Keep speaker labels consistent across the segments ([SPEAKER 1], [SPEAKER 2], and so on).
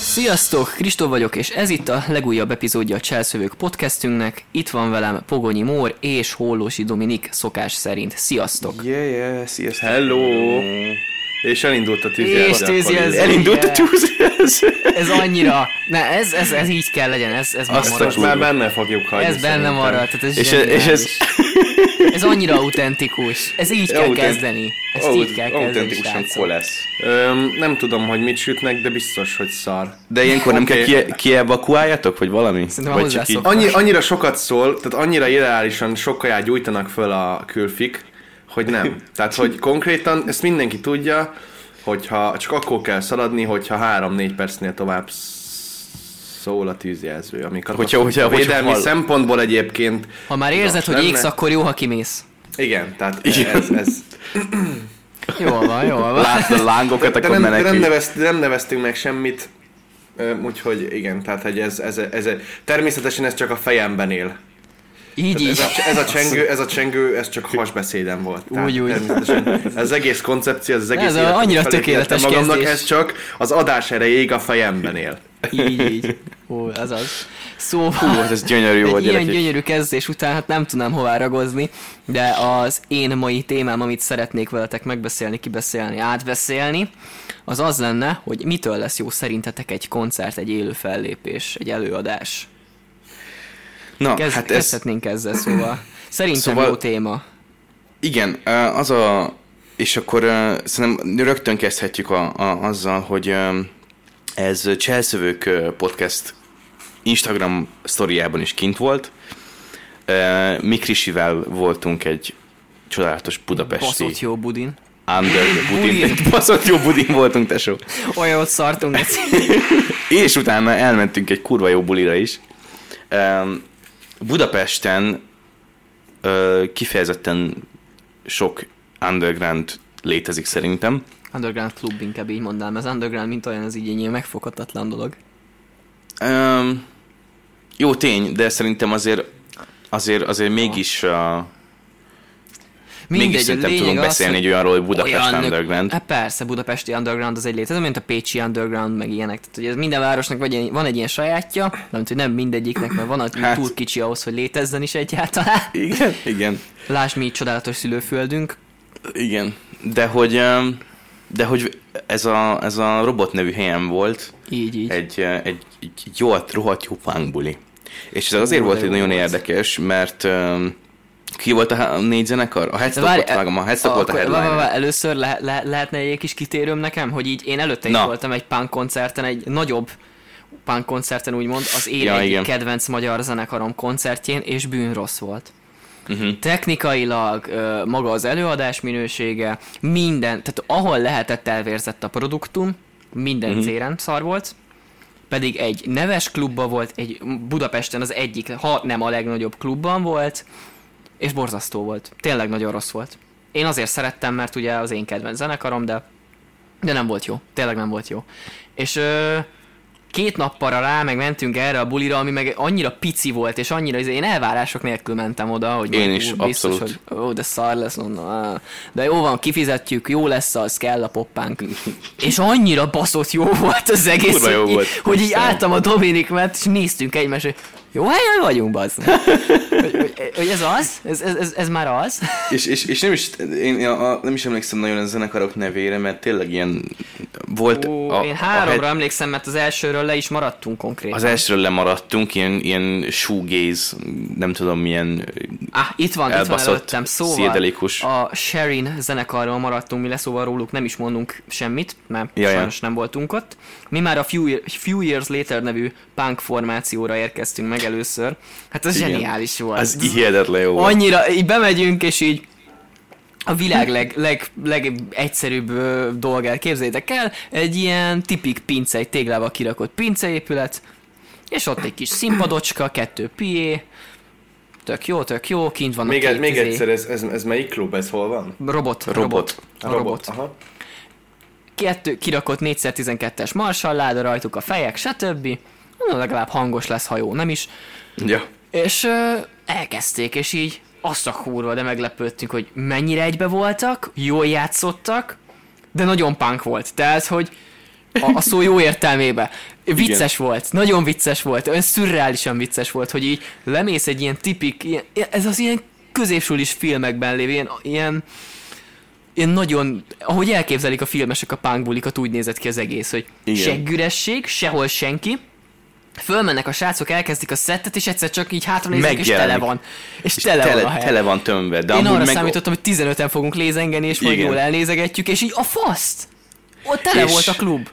[SPEAKER 1] Sziasztok, Kristóf vagyok, és ez itt a legújabb epizódja a Cselszövők podcastünknek. Itt van velem Pogonyi Mór és Hollósi Dominik szokás szerint. Sziasztok!
[SPEAKER 2] Yeah, yeah, sziasztok.
[SPEAKER 3] Hello! És elindult a tűzjelző.
[SPEAKER 1] És tűzjelző.
[SPEAKER 2] Elindult a tűzjelző.
[SPEAKER 1] Ez annyira... Ne, ez, ez, ez így kell legyen, ez, ez már
[SPEAKER 3] Azt
[SPEAKER 1] marad.
[SPEAKER 3] most már benne fogjuk hagyni.
[SPEAKER 1] Ez benne
[SPEAKER 3] szerintem.
[SPEAKER 1] marad, tehát ez
[SPEAKER 3] és, e-
[SPEAKER 1] zseniális.
[SPEAKER 3] és ez
[SPEAKER 1] Ez annyira autentikus. Ez így kell
[SPEAKER 3] Autent-
[SPEAKER 1] kezdeni. Ezt így kell kezdeni,
[SPEAKER 2] Autentikusan
[SPEAKER 1] srácok.
[SPEAKER 2] kolesz.
[SPEAKER 3] öm, nem tudom, hogy mit sütnek, de biztos, hogy szar.
[SPEAKER 4] De ilyenkor nem kell kie- kievakuáljatok, vagy valami?
[SPEAKER 1] Szerintem
[SPEAKER 4] vagy
[SPEAKER 1] hozzászok.
[SPEAKER 3] Annyi, annyira sokat szól, tehát annyira irreálisan sokáját gyújtanak föl a külfik, hogy nem. Tehát, hogy konkrétan ezt mindenki tudja, hogyha csak akkor kell szaladni, hogyha 3-4 percnél tovább sz- szól a tűzjelző, ami katasztrófa.
[SPEAKER 4] hogyha- hogyha
[SPEAKER 3] védelmi
[SPEAKER 4] hall-
[SPEAKER 3] szempontból egyébként.
[SPEAKER 1] Ha már érzed,
[SPEAKER 3] Nos,
[SPEAKER 1] hogy
[SPEAKER 3] lenne.
[SPEAKER 1] égsz, akkor jó, ha kimész.
[SPEAKER 3] Igen, tehát ez, ez,
[SPEAKER 1] Jól van, jól van.
[SPEAKER 4] Látod a lángokat,
[SPEAKER 3] De
[SPEAKER 4] akkor
[SPEAKER 3] nem, de nem,
[SPEAKER 4] menekülj.
[SPEAKER 3] nevezt, nem neveztünk meg semmit, Ö, úgyhogy igen, tehát hogy ez, ez, ez, természetesen ez csak a fejemben él.
[SPEAKER 1] Így,
[SPEAKER 3] Ez
[SPEAKER 1] így.
[SPEAKER 3] a, ez a csengő, ez a csengő, ez csak hasbeszédem volt. Tehát
[SPEAKER 1] Úgy, úgy.
[SPEAKER 3] természetesen Ez az egész koncepció, ez az egész
[SPEAKER 1] Ez a-
[SPEAKER 3] életem,
[SPEAKER 1] annyira
[SPEAKER 3] felépítettem
[SPEAKER 1] tökéletes
[SPEAKER 3] magamnak,
[SPEAKER 1] kezdés.
[SPEAKER 3] ez csak az adás erejéig a fejemben él.
[SPEAKER 1] Így, így. Ó, az az.
[SPEAKER 4] Hú,
[SPEAKER 1] Szóval...
[SPEAKER 4] hát ez gyönyörű
[SPEAKER 1] Egy
[SPEAKER 4] volt,
[SPEAKER 1] ilyen
[SPEAKER 4] gyerekek.
[SPEAKER 1] gyönyörű kezdés után hát nem tudnám hová ragozni, de az én mai témám, amit szeretnék veletek megbeszélni, kibeszélni, átbeszélni, az az lenne, hogy mitől lesz jó szerintetek egy koncert, egy élő fellépés, egy előadás.
[SPEAKER 4] Na,
[SPEAKER 1] Kezd, hát
[SPEAKER 4] hát ez,
[SPEAKER 1] kezdhetnénk ezzel szóval. Szerintem
[SPEAKER 4] Szóval-
[SPEAKER 1] jó téma.
[SPEAKER 4] igen, ö, az a... És akkor ö, szerintem rögtön kezdhetjük a, a, azzal, hogy ö, ez Cselszövők ö, podcast Instagram sztoriában is kint volt. Ö, Mi Krisivel voltunk egy csodálatos budapesti
[SPEAKER 1] Baszott jó budin.
[SPEAKER 4] under the budin.
[SPEAKER 1] Budin.
[SPEAKER 4] Egy baszott jó budin voltunk, tesó.
[SPEAKER 1] Olyan ott szartunk, ez
[SPEAKER 4] És utána elmentünk egy kurva jó bulira is. Em, Budapesten ö, kifejezetten sok underground létezik szerintem.
[SPEAKER 1] underground klub inkább így mondanám. Az underground, mint olyan, az így egy ilyen megfoghatatlan dolog.
[SPEAKER 4] Em, Jó tény, de szerintem azért azért, azért mégis, uh,
[SPEAKER 1] Mindegy,
[SPEAKER 4] mégis
[SPEAKER 1] a
[SPEAKER 4] szerintem
[SPEAKER 1] lényeg
[SPEAKER 4] tudunk
[SPEAKER 1] az,
[SPEAKER 4] beszélni
[SPEAKER 1] hogy-
[SPEAKER 4] egy olyanról, hogy Budapest
[SPEAKER 1] Olyan-
[SPEAKER 4] underground.
[SPEAKER 1] Hát persze, budapesti underground az egy létező, mint a pécsi underground, meg ilyenek. Tehát, hogy ez minden városnak vagy egy- van egy ilyen sajátja, mert hogy nem mindegyiknek, mert van, aki hát.
[SPEAKER 4] Hát.
[SPEAKER 1] túl kicsi ahhoz, hogy létezzen is egyáltalán.
[SPEAKER 4] Igen, igen.
[SPEAKER 1] Lásd, mi itt csodálatos szülőföldünk.
[SPEAKER 4] Igen, de hogy, em, de hogy ez a, ez a robot nevű helyen volt,
[SPEAKER 1] Így, így. Egy.
[SPEAKER 4] egy, egy, egy jó, rohadt jó punk buli. És ez azért
[SPEAKER 1] Ú,
[SPEAKER 4] volt
[SPEAKER 1] de
[SPEAKER 4] egy
[SPEAKER 1] jó
[SPEAKER 4] nagyon
[SPEAKER 1] volt.
[SPEAKER 4] érdekes, mert um, ki volt a há- négy zenekar? A Headstock volt, vágom, a Headstock volt a headline.
[SPEAKER 1] Először le, le, lehetne egy kis kitérőm nekem, hogy így én előtte is
[SPEAKER 4] Na.
[SPEAKER 1] voltam egy punk koncerten, egy nagyobb punk koncerten úgymond, az én
[SPEAKER 4] Ja,
[SPEAKER 1] egyik
[SPEAKER 4] igen.
[SPEAKER 1] kedvenc magyar zenekarom koncertjén, és bűnrossz volt.
[SPEAKER 4] Mhm.
[SPEAKER 1] Uh-huh. Technikailag ö, maga az előadás minősége, minden, tehát ahol lehetett elvérzett a produktum, minden uh-huh. céren szar volt, pedig egy neves klubba volt, egy Budapesten az egyik, ha nem a legnagyobb klubban volt, és borzasztó volt. Tényleg nagyon rossz volt. Én azért szerettem, mert ugye az én kedvenc zenekarom, de, de nem volt jó. Tényleg nem volt jó. És ö, két nappal rá meg mentünk erre a bulira, ami meg annyira pici volt, és annyira, izé- én elvárások nélkül mentem oda, hogy
[SPEAKER 4] Én
[SPEAKER 1] majd,
[SPEAKER 4] is,
[SPEAKER 1] ú, biztos,
[SPEAKER 4] abszolút.
[SPEAKER 1] Hogy, ó, de szar lesz, mondom, á, de jó van, kifizetjük, jó lesz az, kell a poppánk. és annyira baszott jó volt az egész,
[SPEAKER 4] Kurva jó
[SPEAKER 1] hogy,
[SPEAKER 4] volt.
[SPEAKER 1] Így, hogy így
[SPEAKER 4] Istenem.
[SPEAKER 1] álltam a Dominik mellett, és néztünk egymást, hogy jó helyen vagyunk, bazd. meg. hogy, hogy, hogy, ez az? Ez, ez, ez, ez már az?
[SPEAKER 4] És, és, és nem, is, én a, a, nem is emlékszem nagyon a zenekarok nevére, mert tényleg ilyen volt...
[SPEAKER 1] Ó,
[SPEAKER 4] a,
[SPEAKER 1] én
[SPEAKER 4] a
[SPEAKER 1] háromra
[SPEAKER 4] head-
[SPEAKER 1] emlékszem, mert az elsőről le is maradtunk konkrétan.
[SPEAKER 4] az elsőről lemaradtunk, ilyen, ilyen shoegaze, nem tudom milyen...
[SPEAKER 1] Ah, itt van, itt van
[SPEAKER 4] elbaszott,
[SPEAKER 1] előttem. Szóval
[SPEAKER 4] sziedelikus.
[SPEAKER 1] a Sherin zenekarról maradtunk, mi lesz, róluk nem is mondunk semmit, mert
[SPEAKER 4] Jaj,
[SPEAKER 1] Jaja.
[SPEAKER 4] jaj.
[SPEAKER 1] sajnos nem voltunk ott. Mi már a Few, Few Years Later nevű punk formációra érkeztünk meg először. Hát ez
[SPEAKER 4] Igen.
[SPEAKER 1] zseniális volt.
[SPEAKER 4] Az hihetetlen jó volt.
[SPEAKER 1] annyira, így bemegyünk, és így a világ leg, leg, legegyszerűbb ö, dolgát képzeljétek el, egy ilyen tipik pince, egy téglával kirakott pinceépület, és ott egy kis színpadocska, kettő pié, tök jó, tök jó, kint van
[SPEAKER 3] Még,
[SPEAKER 1] a
[SPEAKER 3] egy,
[SPEAKER 1] két
[SPEAKER 3] még
[SPEAKER 1] izé-
[SPEAKER 3] egyszer, ez, ez, ez melyik klub, ez hol van?
[SPEAKER 1] Robot, robot.
[SPEAKER 4] Robot.
[SPEAKER 1] A robot.
[SPEAKER 3] Aha.
[SPEAKER 1] Kettő, kirakott 4x12-es marsalláda rajtuk a fejek, stb. Na, legalább hangos lesz, ha jó, nem is.
[SPEAKER 4] Ja.
[SPEAKER 1] És ö, elkezdték, és így azt a kurva, de meglepődtünk, hogy mennyire egybe voltak, jól játszottak, de nagyon punk volt. Tehát, hogy a, a szó jó értelmébe. Vicces Igen. volt, nagyon vicces volt, olyan szürreálisan vicces volt, hogy így lemész egy ilyen tipik, ilyen, ez az ilyen középsulis filmekben lévő, ilyen, ilyen ilyen nagyon, ahogy elképzelik a filmesek a pánkbulikat, úgy nézett ki az egész, hogy
[SPEAKER 4] Igen.
[SPEAKER 1] Igen. seggüresség, sehol senki, fölmennek a srácok, elkezdik a szettet, és egyszer csak így hátranéznek, és
[SPEAKER 4] Megjelenik.
[SPEAKER 1] tele van. És,
[SPEAKER 4] És
[SPEAKER 1] tele,
[SPEAKER 4] tele,
[SPEAKER 1] van a hely.
[SPEAKER 4] tele van tömve. De
[SPEAKER 1] Én
[SPEAKER 4] amúgy
[SPEAKER 1] arra
[SPEAKER 4] meg...
[SPEAKER 1] számítottam, hogy 15-en fogunk lézengeni, és majd
[SPEAKER 4] Igen.
[SPEAKER 1] jól elnézegetjük, és így a faszt! Ott tele
[SPEAKER 4] És-
[SPEAKER 1] volt a klub.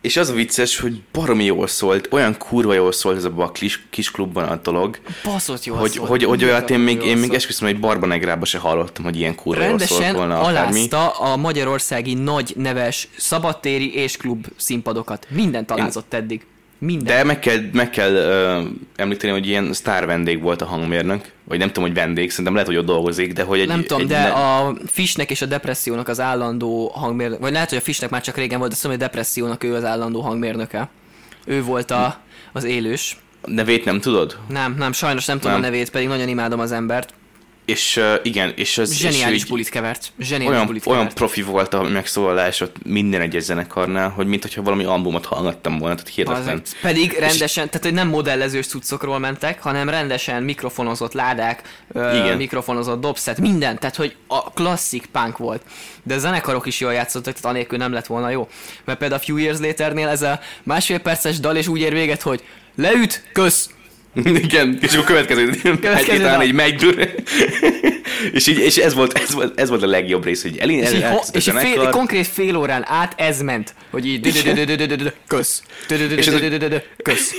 [SPEAKER 4] És az a vicces, hogy baromi jól szólt, olyan kurva jól szólt ez abban a kis, kis klubban a dolog,
[SPEAKER 1] Baszott jól
[SPEAKER 4] hogy,
[SPEAKER 1] szólt.
[SPEAKER 4] hogy, hogy
[SPEAKER 1] Kurva
[SPEAKER 4] olyat én még, én
[SPEAKER 1] jól
[SPEAKER 4] még
[SPEAKER 1] szólt.
[SPEAKER 4] esküszöm, hogy Barbanegrába se hallottam, hogy ilyen kurva jól szólt
[SPEAKER 1] Rendesen
[SPEAKER 4] volna akármi.
[SPEAKER 1] alázta a magyarországi nagy neves szabadtéri és klub színpadokat. Mindent alázott eddig. Minden.
[SPEAKER 4] De meg kell, meg kell ö, említeni, hogy ilyen sztár vendég volt a hangmérnök, vagy nem tudom, hogy vendég, szerintem lehet, hogy ott dolgozik, de hogy egy...
[SPEAKER 1] nem tudom,
[SPEAKER 4] egy
[SPEAKER 1] de
[SPEAKER 4] ne-
[SPEAKER 1] a Fishnek és a depressziónak az állandó hangmérnök, vagy lehet, hogy a Fishnek már csak régen volt, de szóval a depressziónak ő az állandó hangmérnöke. Ő volt a, az élős.
[SPEAKER 4] nevét nem tudod?
[SPEAKER 1] Nem, nem, sajnos nem tudom
[SPEAKER 4] Nem.
[SPEAKER 1] a nevét, pedig nagyon imádom az embert.
[SPEAKER 4] És ö, igen, és az...
[SPEAKER 1] Zseniális
[SPEAKER 4] és ő így
[SPEAKER 1] bulit kevert. Zseniális
[SPEAKER 4] olyan,
[SPEAKER 1] bulit
[SPEAKER 4] olyan
[SPEAKER 1] kevert.
[SPEAKER 4] profi volt a megszólalás ott minden egyes zenekarnál, hogy mintha valami albumot hallgattam volna, tehát hihetetlen.
[SPEAKER 1] Az, pedig rendesen, tehát hogy nem modellezős cuccokról mentek, hanem rendesen mikrofonozott ládák,
[SPEAKER 4] Igen.
[SPEAKER 1] Igen. mikrofonozott dobszet, minden, tehát hogy a klasszik punk volt. De a zenekarok is jól játszottak, tehát anélkül nem lett volna jó. Mert például a Few Years Laternél ez a másfél perces dal, és úgy ér véget, hogy leüt, kösz,
[SPEAKER 4] Igen, és akkor következő, egy
[SPEAKER 1] Következő
[SPEAKER 4] hét után
[SPEAKER 1] nap.
[SPEAKER 4] így megy. és, így, és ez, volt, ez, volt, ez volt a legjobb rész, hogy elin,
[SPEAKER 1] és, így, ho-
[SPEAKER 4] elkezdett a
[SPEAKER 1] és így fél,
[SPEAKER 4] zenekar,
[SPEAKER 1] konkrét fél órán át ez ment, hogy így dö-dö-dö-dö-dö-dö-dö, kösz, dö-dö-dö-dö-dö-dö-dö, kösz.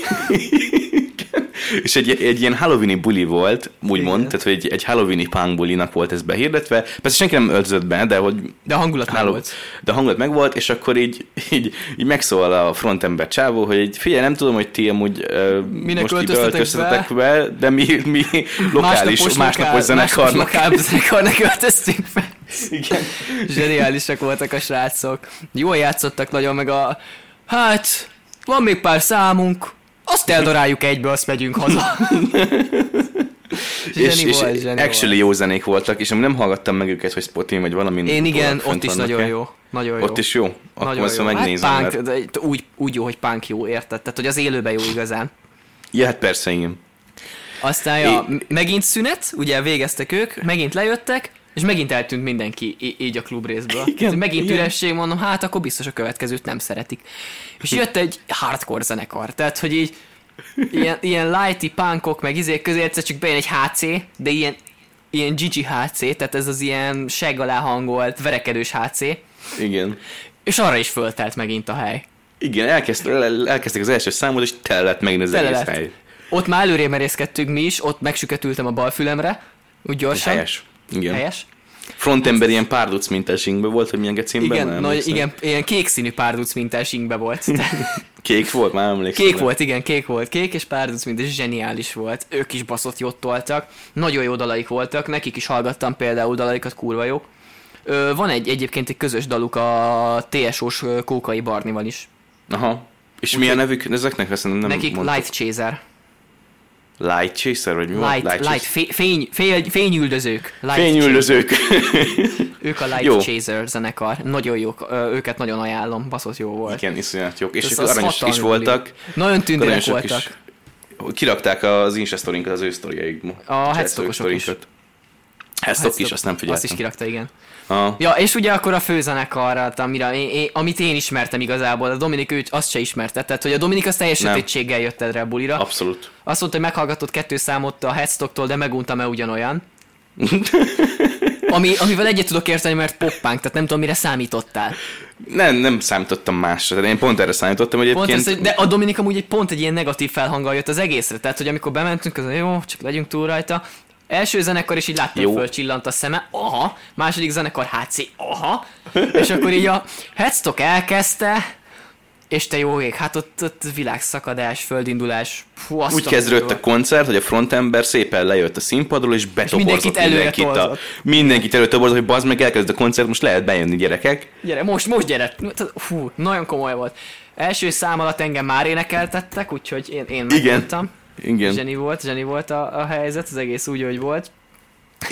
[SPEAKER 4] és egy, egy ilyen halloweeni buli volt, úgymond,
[SPEAKER 1] Igen.
[SPEAKER 4] tehát hogy egy, egy halloweeni punk bulinak volt ez behirdetve. Persze senki nem öltözött be, de hogy
[SPEAKER 1] De a hangulat már
[SPEAKER 4] Háló.
[SPEAKER 1] volt.
[SPEAKER 4] De a hangulat megvolt, és akkor így, így, így megszólal a frontember csávó, hogy így, figyelj, nem tudom, hogy ti amúgy uh, most így
[SPEAKER 1] öltöztetek
[SPEAKER 4] beöltöztetek be? de mi, mi lokális, másnapos
[SPEAKER 1] Másnapos
[SPEAKER 4] zenekarnak.
[SPEAKER 1] lokál zenekarnak öltöztünk fel.
[SPEAKER 4] Igen.
[SPEAKER 1] Zseniálisak voltak a srácok. Jól játszottak nagyon, meg a... Hát, van még pár számunk, azt eldoráljuk egybe, azt megyünk haza. Zseni
[SPEAKER 4] és, és
[SPEAKER 1] volt, zseni
[SPEAKER 4] actually
[SPEAKER 1] volt.
[SPEAKER 4] jó zenék voltak, és ami nem hallgattam meg őket, hogy Spotin vagy valamin.
[SPEAKER 1] Én igen,
[SPEAKER 4] vannak
[SPEAKER 1] ott
[SPEAKER 4] fönt
[SPEAKER 1] is nagyon
[SPEAKER 4] vannak-e.
[SPEAKER 1] jó. Nagyon jó.
[SPEAKER 4] Ott is jó? Akkor
[SPEAKER 1] nagyon
[SPEAKER 4] ezt
[SPEAKER 1] jó.
[SPEAKER 4] majd megnézem.
[SPEAKER 1] hát punk,
[SPEAKER 4] mert...
[SPEAKER 1] de itt úgy, úgy jó, hogy punk jó, érted? Tehát, hogy az élőben jó igazán.
[SPEAKER 4] Ja, hát persze, igen.
[SPEAKER 1] Aztán ja, m- megint szünet, ugye végeztek ők, megint lejöttek, és megint eltűnt mindenki í- így a klub részből. Igen, Tehát megint igen. üresség, mondom, hát akkor biztos a következőt nem szeretik. És jött egy hardcore zenekar, tehát hogy így ilyen, ilyen lighty punkok, meg izék közé egyszer csak bejön egy HC, de ilyen, ilyen Gigi HC, tehát ez az ilyen seg alá hangolt, verekedős HC,
[SPEAKER 4] Igen.
[SPEAKER 1] és arra is föltelt megint a hely.
[SPEAKER 4] Igen, elkezd, el- elkezdték az első számot, és tele lett megint az
[SPEAKER 1] Tele
[SPEAKER 4] egész
[SPEAKER 1] lett.
[SPEAKER 4] hely.
[SPEAKER 1] Ott már előrébb merészkedtünk mi is, ott megsüketültem a bal fülemre, úgy gyorsan.
[SPEAKER 4] Helyes. Igen.
[SPEAKER 1] Helyes.
[SPEAKER 4] Frontember ilyen párduc mintás ingbe volt, hogy milyen gecimben?
[SPEAKER 1] Igen,
[SPEAKER 4] Nem
[SPEAKER 1] nagy,
[SPEAKER 4] emlékszem.
[SPEAKER 1] igen, ilyen kék színű párduc mintás inkbe volt. Tehát
[SPEAKER 4] Kék volt, már emlékszem.
[SPEAKER 1] kék volt, igen, kék volt. Kék és párduc mint, és zseniális volt. Ők is baszott jót toltak. Nagyon jó dalaik voltak, nekik is hallgattam például dalaikat, kurva jók. Ö, van egy egyébként egy közös daluk a TSO-s ö, Kókai Barnival is.
[SPEAKER 4] Aha. És milyen nevük? Ezeknek azt nem
[SPEAKER 1] Nem Nekik
[SPEAKER 4] mondtuk.
[SPEAKER 1] Light Chaser.
[SPEAKER 4] Light Chaser, vagy mi volt?
[SPEAKER 1] Light, light,
[SPEAKER 4] Chaser.
[SPEAKER 1] fé- fény, fény, fényüldözők. Light
[SPEAKER 4] Fényüldözők.
[SPEAKER 1] Chaser. Ők a Light
[SPEAKER 4] Jó.
[SPEAKER 1] Chaser zenekar. Nagyon jók, ö, őket nagyon ajánlom, baszott jó volt.
[SPEAKER 4] Igen, iszonyat jók. És
[SPEAKER 1] Ez-
[SPEAKER 4] akkor
[SPEAKER 1] az
[SPEAKER 4] aranyos is
[SPEAKER 1] hatalmi
[SPEAKER 4] voltak.
[SPEAKER 1] buli. Nagyon tündérek
[SPEAKER 4] Aranyosak
[SPEAKER 1] voltak.
[SPEAKER 4] Is. Kirakták az Insta sztorinkat, az ő sztoriaikba.
[SPEAKER 1] A headstockosok is.
[SPEAKER 4] Headstock is, azt nem figyeltem.
[SPEAKER 1] Hát Azt is kirakta, igen.
[SPEAKER 4] Aha.
[SPEAKER 1] Ja, és ugye akkor a főzenekarra, amire, én, én, amit én ismertem igazából, a Dominik őt azt se ismerte, tehát hogy a Dominik az teljes
[SPEAKER 4] Nem.
[SPEAKER 1] sötétséggel jött erre a bulira.
[SPEAKER 4] Abszolút.
[SPEAKER 1] Azt mondta, hogy meghallgatott kettő számot a Headstocktól, de meguntam-e ugyanolyan. Ami, amivel egyet tudok érteni, mert poppánk, tehát nem tudom, mire számítottál.
[SPEAKER 4] Nem, nem számítottam másra. Tehát én pont erre számítottam, hogy
[SPEAKER 1] Pont
[SPEAKER 4] egyébként...
[SPEAKER 1] ezt, de a Dominik amúgy egy pont egy ilyen negatív felhanggal jött az egészre, tehát hogy amikor bementünk, az jó, csak legyünk túl rajta. Első zenekar is így láttam,
[SPEAKER 4] Jó.
[SPEAKER 1] hogy fölcsillant a szeme, aha, második zenekar HC, aha, és akkor így a Headstock elkezdte, és te jó ég, hát ott, ott világszakadás, földindulás, fú, azt
[SPEAKER 4] Úgy
[SPEAKER 1] tudom,
[SPEAKER 4] kezdődött
[SPEAKER 1] hogy
[SPEAKER 4] a koncert, hogy a frontember szépen lejött a színpadról, és betoborzott
[SPEAKER 1] mindenkit előre
[SPEAKER 4] mindenkit, a,
[SPEAKER 1] tolzott.
[SPEAKER 4] mindenkit előtt toborzott, hogy bazd meg, elkezd a koncert, most lehet bejönni gyerekek.
[SPEAKER 1] Gyere, most, most gyere! Hát, Hú, nagyon komoly volt. Első szám alatt engem már énekeltettek, úgyhogy én, én
[SPEAKER 4] Igen.
[SPEAKER 1] megmondtam.
[SPEAKER 4] Igen.
[SPEAKER 1] Zseni volt, zseni volt a, a helyzet, az egész úgy, hogy volt.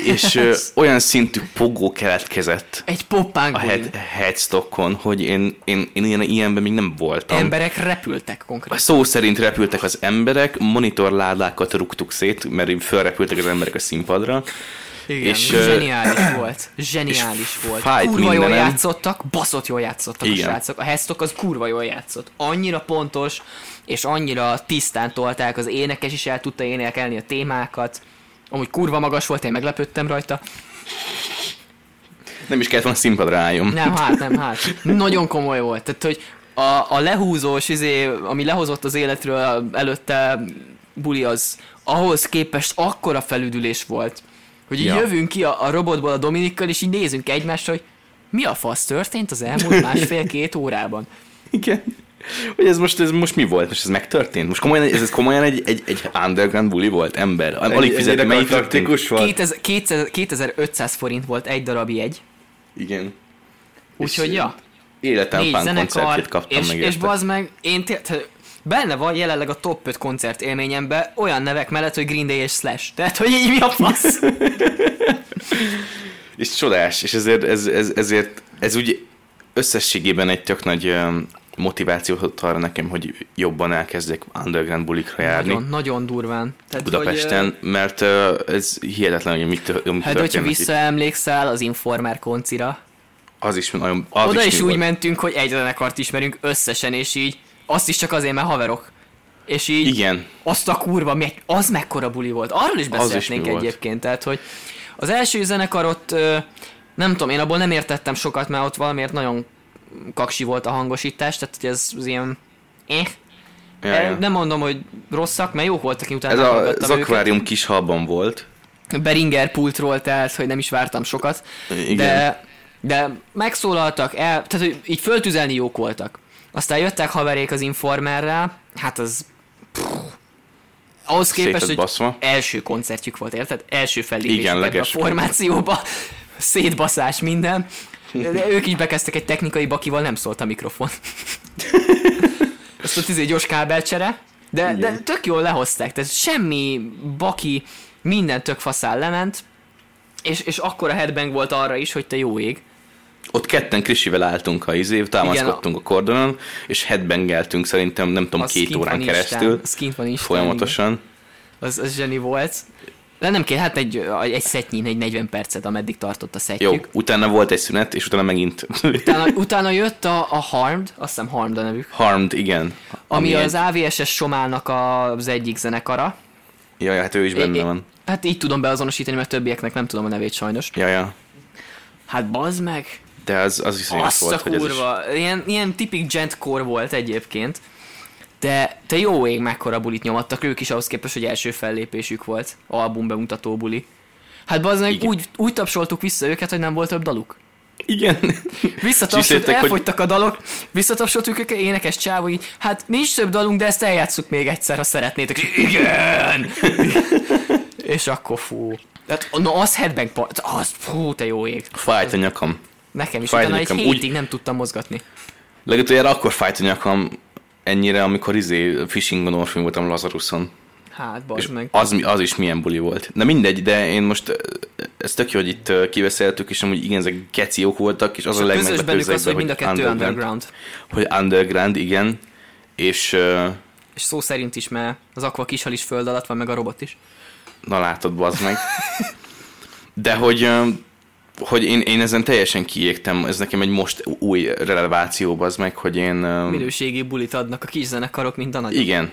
[SPEAKER 4] és ö, olyan szintű pogó keletkezett
[SPEAKER 1] Egy poppánk
[SPEAKER 4] a head, headstockon, hogy én, én, én ilyen, ilyenben még nem voltam.
[SPEAKER 1] emberek repültek
[SPEAKER 4] A
[SPEAKER 1] konkrétan.
[SPEAKER 4] szó szerint repültek az emberek, monitorládákat rúgtuk szét, mert így felrepültek az emberek a színpadra.
[SPEAKER 1] Igen, és,
[SPEAKER 4] és, ö,
[SPEAKER 1] zseniális volt. Zseniális volt. Kurva
[SPEAKER 4] fájt
[SPEAKER 1] jól
[SPEAKER 4] mindenem.
[SPEAKER 1] játszottak, baszott jól játszottak Igen.
[SPEAKER 4] Igen.
[SPEAKER 1] a srácok. A Hestok az kurva jól játszott. Annyira pontos, és annyira tisztán tolták, az énekes is el tudta énekelni a témákat. Amúgy kurva magas volt, én meglepődtem rajta.
[SPEAKER 4] Nem is kellett volna színpadra álljon.
[SPEAKER 1] Nem, hát, nem, hát. Nagyon komoly volt. Tehát, hogy a, a lehúzós, izé, ami lehozott az életről előtte buli, az ahhoz képest akkora felüdülés volt, hogy így
[SPEAKER 4] Ja.
[SPEAKER 1] jövünk ki a, a robotból a Dominikkal, és így nézünk egymásra, hogy mi a fasz történt az elmúlt másfél-két órában.
[SPEAKER 4] Igen. Hogy ez most, ez most mi volt? Most ez megtörtént? Most komolyan, ez, ez komolyan egy, egy, egy underground buli volt ember? Alig fizet,
[SPEAKER 3] Ennyire
[SPEAKER 4] melyik
[SPEAKER 3] taktikus volt.
[SPEAKER 1] 2000, 2000, 2500 forint volt egy darab jegy,
[SPEAKER 4] Igen.
[SPEAKER 1] úgyhogy ja.
[SPEAKER 4] Életem
[SPEAKER 1] négy
[SPEAKER 4] pán
[SPEAKER 1] zenekar,
[SPEAKER 4] koncertjét kaptam
[SPEAKER 1] és,
[SPEAKER 4] meg
[SPEAKER 1] és
[SPEAKER 4] érte.
[SPEAKER 1] bazd meg, én té- tehát benne van jelenleg a top 5 koncert élményemben olyan nevek mellett, hogy Green Day és Slash. Tehát, hogy így mi a fasz?
[SPEAKER 4] és csodás, és ezért ez, ez, ezért ez úgy összességében egy tök nagy öm, motivációt adott arra nekem, hogy jobban elkezdjek underground bulikra járni.
[SPEAKER 1] nagyon, nagyon durván. Tehát,
[SPEAKER 4] Budapesten,
[SPEAKER 1] Hogy,
[SPEAKER 4] mert ö, ez hihetetlen, hogy mit, tö- mit
[SPEAKER 1] ö, hát, hogyha
[SPEAKER 4] történik itt.
[SPEAKER 1] visszaemlékszel az Informer koncira,
[SPEAKER 4] Az is nagyon... Az
[SPEAKER 1] oda is,
[SPEAKER 4] mi
[SPEAKER 1] úgy
[SPEAKER 4] volt.
[SPEAKER 1] mentünk, hogy egy zenekart ismerünk összesen, és így azt is csak azért, mert haverok. És így
[SPEAKER 4] Igen.
[SPEAKER 1] azt a kurva, mi- az mekkora buli volt. Arról is
[SPEAKER 4] is
[SPEAKER 1] beszélhetnénk
[SPEAKER 4] mi volt.
[SPEAKER 1] egyébként. Tehát, hogy az első zenekar ott, ö, nem tudom, én abból nem értettem sokat, mert ott valamiért nagyon kaksi volt a hangosítás, tehát hogy ez az ilyen... Eh.
[SPEAKER 4] Ja, ja.
[SPEAKER 1] Nem mondom, hogy rosszak, mert jók voltak, miután
[SPEAKER 4] Ez a,
[SPEAKER 1] meghallgattam
[SPEAKER 4] az
[SPEAKER 1] őket.
[SPEAKER 4] akvárium kis halban volt.
[SPEAKER 1] Beringer pultról, tehát, hogy nem is vártam sokat.
[SPEAKER 4] Igen.
[SPEAKER 1] De, de megszólaltak el, tehát, hogy így föltüzelni jók voltak. Aztán jöttek haverék az informerrel, hát az... Pff, ahhoz
[SPEAKER 4] Szét
[SPEAKER 1] képest,
[SPEAKER 4] lett
[SPEAKER 1] hogy
[SPEAKER 4] baszva.
[SPEAKER 1] első koncertjük volt, érted? Első fellépésük
[SPEAKER 4] Igen,
[SPEAKER 1] ebbe a
[SPEAKER 4] leges-
[SPEAKER 1] formációba. Szétbaszás minden. De ők is bekezdtek egy technikai bakival, nem szólt a mikrofon. Azt a izé gyors kábelcsere, de, de tök jól lehozták, tehát semmi baki, minden tök faszán lement, és, és akkora headbang volt arra is, hogy te jó ég.
[SPEAKER 4] Ott ketten Krisivel álltunk a izé, támaszkodtunk a kordonon, és headbangeltünk szerintem, nem tudom,
[SPEAKER 1] Az
[SPEAKER 4] két
[SPEAKER 1] kint
[SPEAKER 4] órán
[SPEAKER 1] van Instán,
[SPEAKER 4] keresztül.
[SPEAKER 1] az kint van Instán,
[SPEAKER 4] Folyamatosan.
[SPEAKER 1] Az, az zseni volt. De nem kell, hát egy, egy szetnyin, egy 40 percet, ameddig tartott a
[SPEAKER 4] Jó,
[SPEAKER 1] szetjük.
[SPEAKER 4] utána volt egy szünet, és utána megint
[SPEAKER 1] Utána, utána jött a, a Harmed, azt hiszem Harmed a nevük,
[SPEAKER 4] Harmed, igen.
[SPEAKER 1] ami,
[SPEAKER 4] egy-
[SPEAKER 1] az AVSS Somálnak az egyik zenekara.
[SPEAKER 4] Jaj, hát ő is
[SPEAKER 1] É-
[SPEAKER 4] benne
[SPEAKER 1] é-
[SPEAKER 4] van.
[SPEAKER 1] Hát így tudom beazonosítani, mert többieknek nem tudom a nevét sajnos.
[SPEAKER 4] Jaj, ja.
[SPEAKER 1] Hát bazd meg,
[SPEAKER 4] De az, az iszonyat
[SPEAKER 1] Azt
[SPEAKER 4] volt,
[SPEAKER 1] a
[SPEAKER 4] hogy ez is.
[SPEAKER 1] kurva. Ilyen, ilyen tipik gentkor volt egyébként. De te jó ég mekkora bulit nyomattak, ők is ahhoz képest, hogy első fellépésük volt. Album bemutató buli. Hát bazd meg,
[SPEAKER 4] Igen.
[SPEAKER 1] úgy, úgy tapsoltuk vissza őket, hogy nem volt több daluk.
[SPEAKER 4] Igen.
[SPEAKER 1] Visszatapsoltuk,
[SPEAKER 4] Csiszéltek, hogy-
[SPEAKER 1] elfogytak a dalok, visszatapsoltuk őket, énekes csávó így, hát nincs több dalunk, de ezt eljátszuk még egyszer, ha szeretnétek. Igen! És akkor fú. Tehát, na az headbang part, az fú, te jó ég.
[SPEAKER 4] Fájt a nyakam.
[SPEAKER 1] Nekem is
[SPEAKER 4] Fáj
[SPEAKER 1] utána egy
[SPEAKER 4] nekem.
[SPEAKER 1] hétig
[SPEAKER 4] Úgy-
[SPEAKER 1] nem tudtam mozgatni.
[SPEAKER 4] Legutoljára akkor fájt a nyakam ennyire, amikor izé fishingon orfin voltam Lazaruson.
[SPEAKER 1] Hát, bazd meg.
[SPEAKER 4] Az, mi- az is milyen buli volt. Na mindegy, de én most ö, ez tök jó, hogy itt ö, kibeszéltük, és amúgy igen, ezek geciók voltak, és az a
[SPEAKER 1] És a közös
[SPEAKER 4] legmeglepőbb
[SPEAKER 1] bennük az,
[SPEAKER 4] ezekben,
[SPEAKER 1] hogy mind a kettő underground.
[SPEAKER 4] Hogy underground, igen. És ö,
[SPEAKER 1] És szó szerint is, mert az akva kishal is föld alatt van, meg a robot is.
[SPEAKER 4] na látod, bazd meg. De hogy, ö, hogy én, én ezen teljesen kiégtem, ez nekem egy most új releváció, bazd meg, hogy én... ö,
[SPEAKER 1] Minőségi bulit adnak a kis zenekarok, mint a nagy.
[SPEAKER 4] Igen.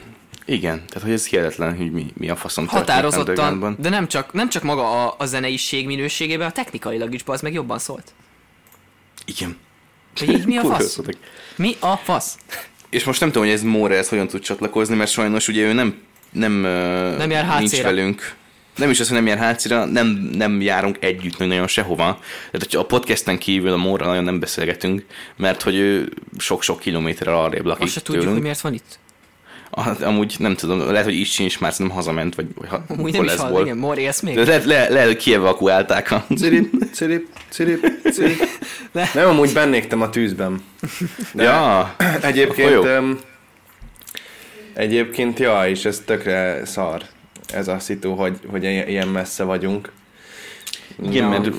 [SPEAKER 4] Igen, tehát hogy ez hihetetlen, hogy mi, mi a faszom történik
[SPEAKER 1] Határozottan,
[SPEAKER 4] undergroundban.
[SPEAKER 1] de nem csak, nem csak maga a, a zeneiség minőségében, a technikailag is, az meg jobban szólt.
[SPEAKER 4] Igen.
[SPEAKER 1] Hogy így mi a
[SPEAKER 4] Kurva
[SPEAKER 1] fasz?
[SPEAKER 4] jószottak.
[SPEAKER 1] Mi a fasz?
[SPEAKER 4] És most nem tudom, hogy ez Móra ez hogyan tud csatlakozni, mert sajnos ugye ő nem, nem, ö,
[SPEAKER 1] Nem jár
[SPEAKER 4] nincs
[SPEAKER 1] HC-re.
[SPEAKER 4] velünk. Nem is az, hogy nem jár hácira, nem, nem járunk együtt nagyon sehova. Tehát hogyha a podcasten kívül a Móra nagyon nem beszélgetünk, mert hogy ő sok-sok kilométerre arrébb lakik
[SPEAKER 1] Azt se tudjuk, hogy
[SPEAKER 4] tőlünk.
[SPEAKER 1] miért van itt.
[SPEAKER 4] Ah, Amúgy nem tudom, lehet, hogy így sincs már, nem hazament, vagy, vagy ha,
[SPEAKER 1] Amúgy nem is hall, igen, Mori, ezt még.
[SPEAKER 4] De lehet, le, lehet, hogy kievakuálták a...
[SPEAKER 3] Cirip, cirip, cirip, cirip. Nem, amúgy bennégtem a tűzben.
[SPEAKER 4] Ja,
[SPEAKER 3] Egyébként,
[SPEAKER 4] Akkor jó.
[SPEAKER 3] um, egyébként, ja, és ez tökre szar, ez a szitu, hogy, hogy i- ilyen messze vagyunk.
[SPEAKER 4] Igen, mert,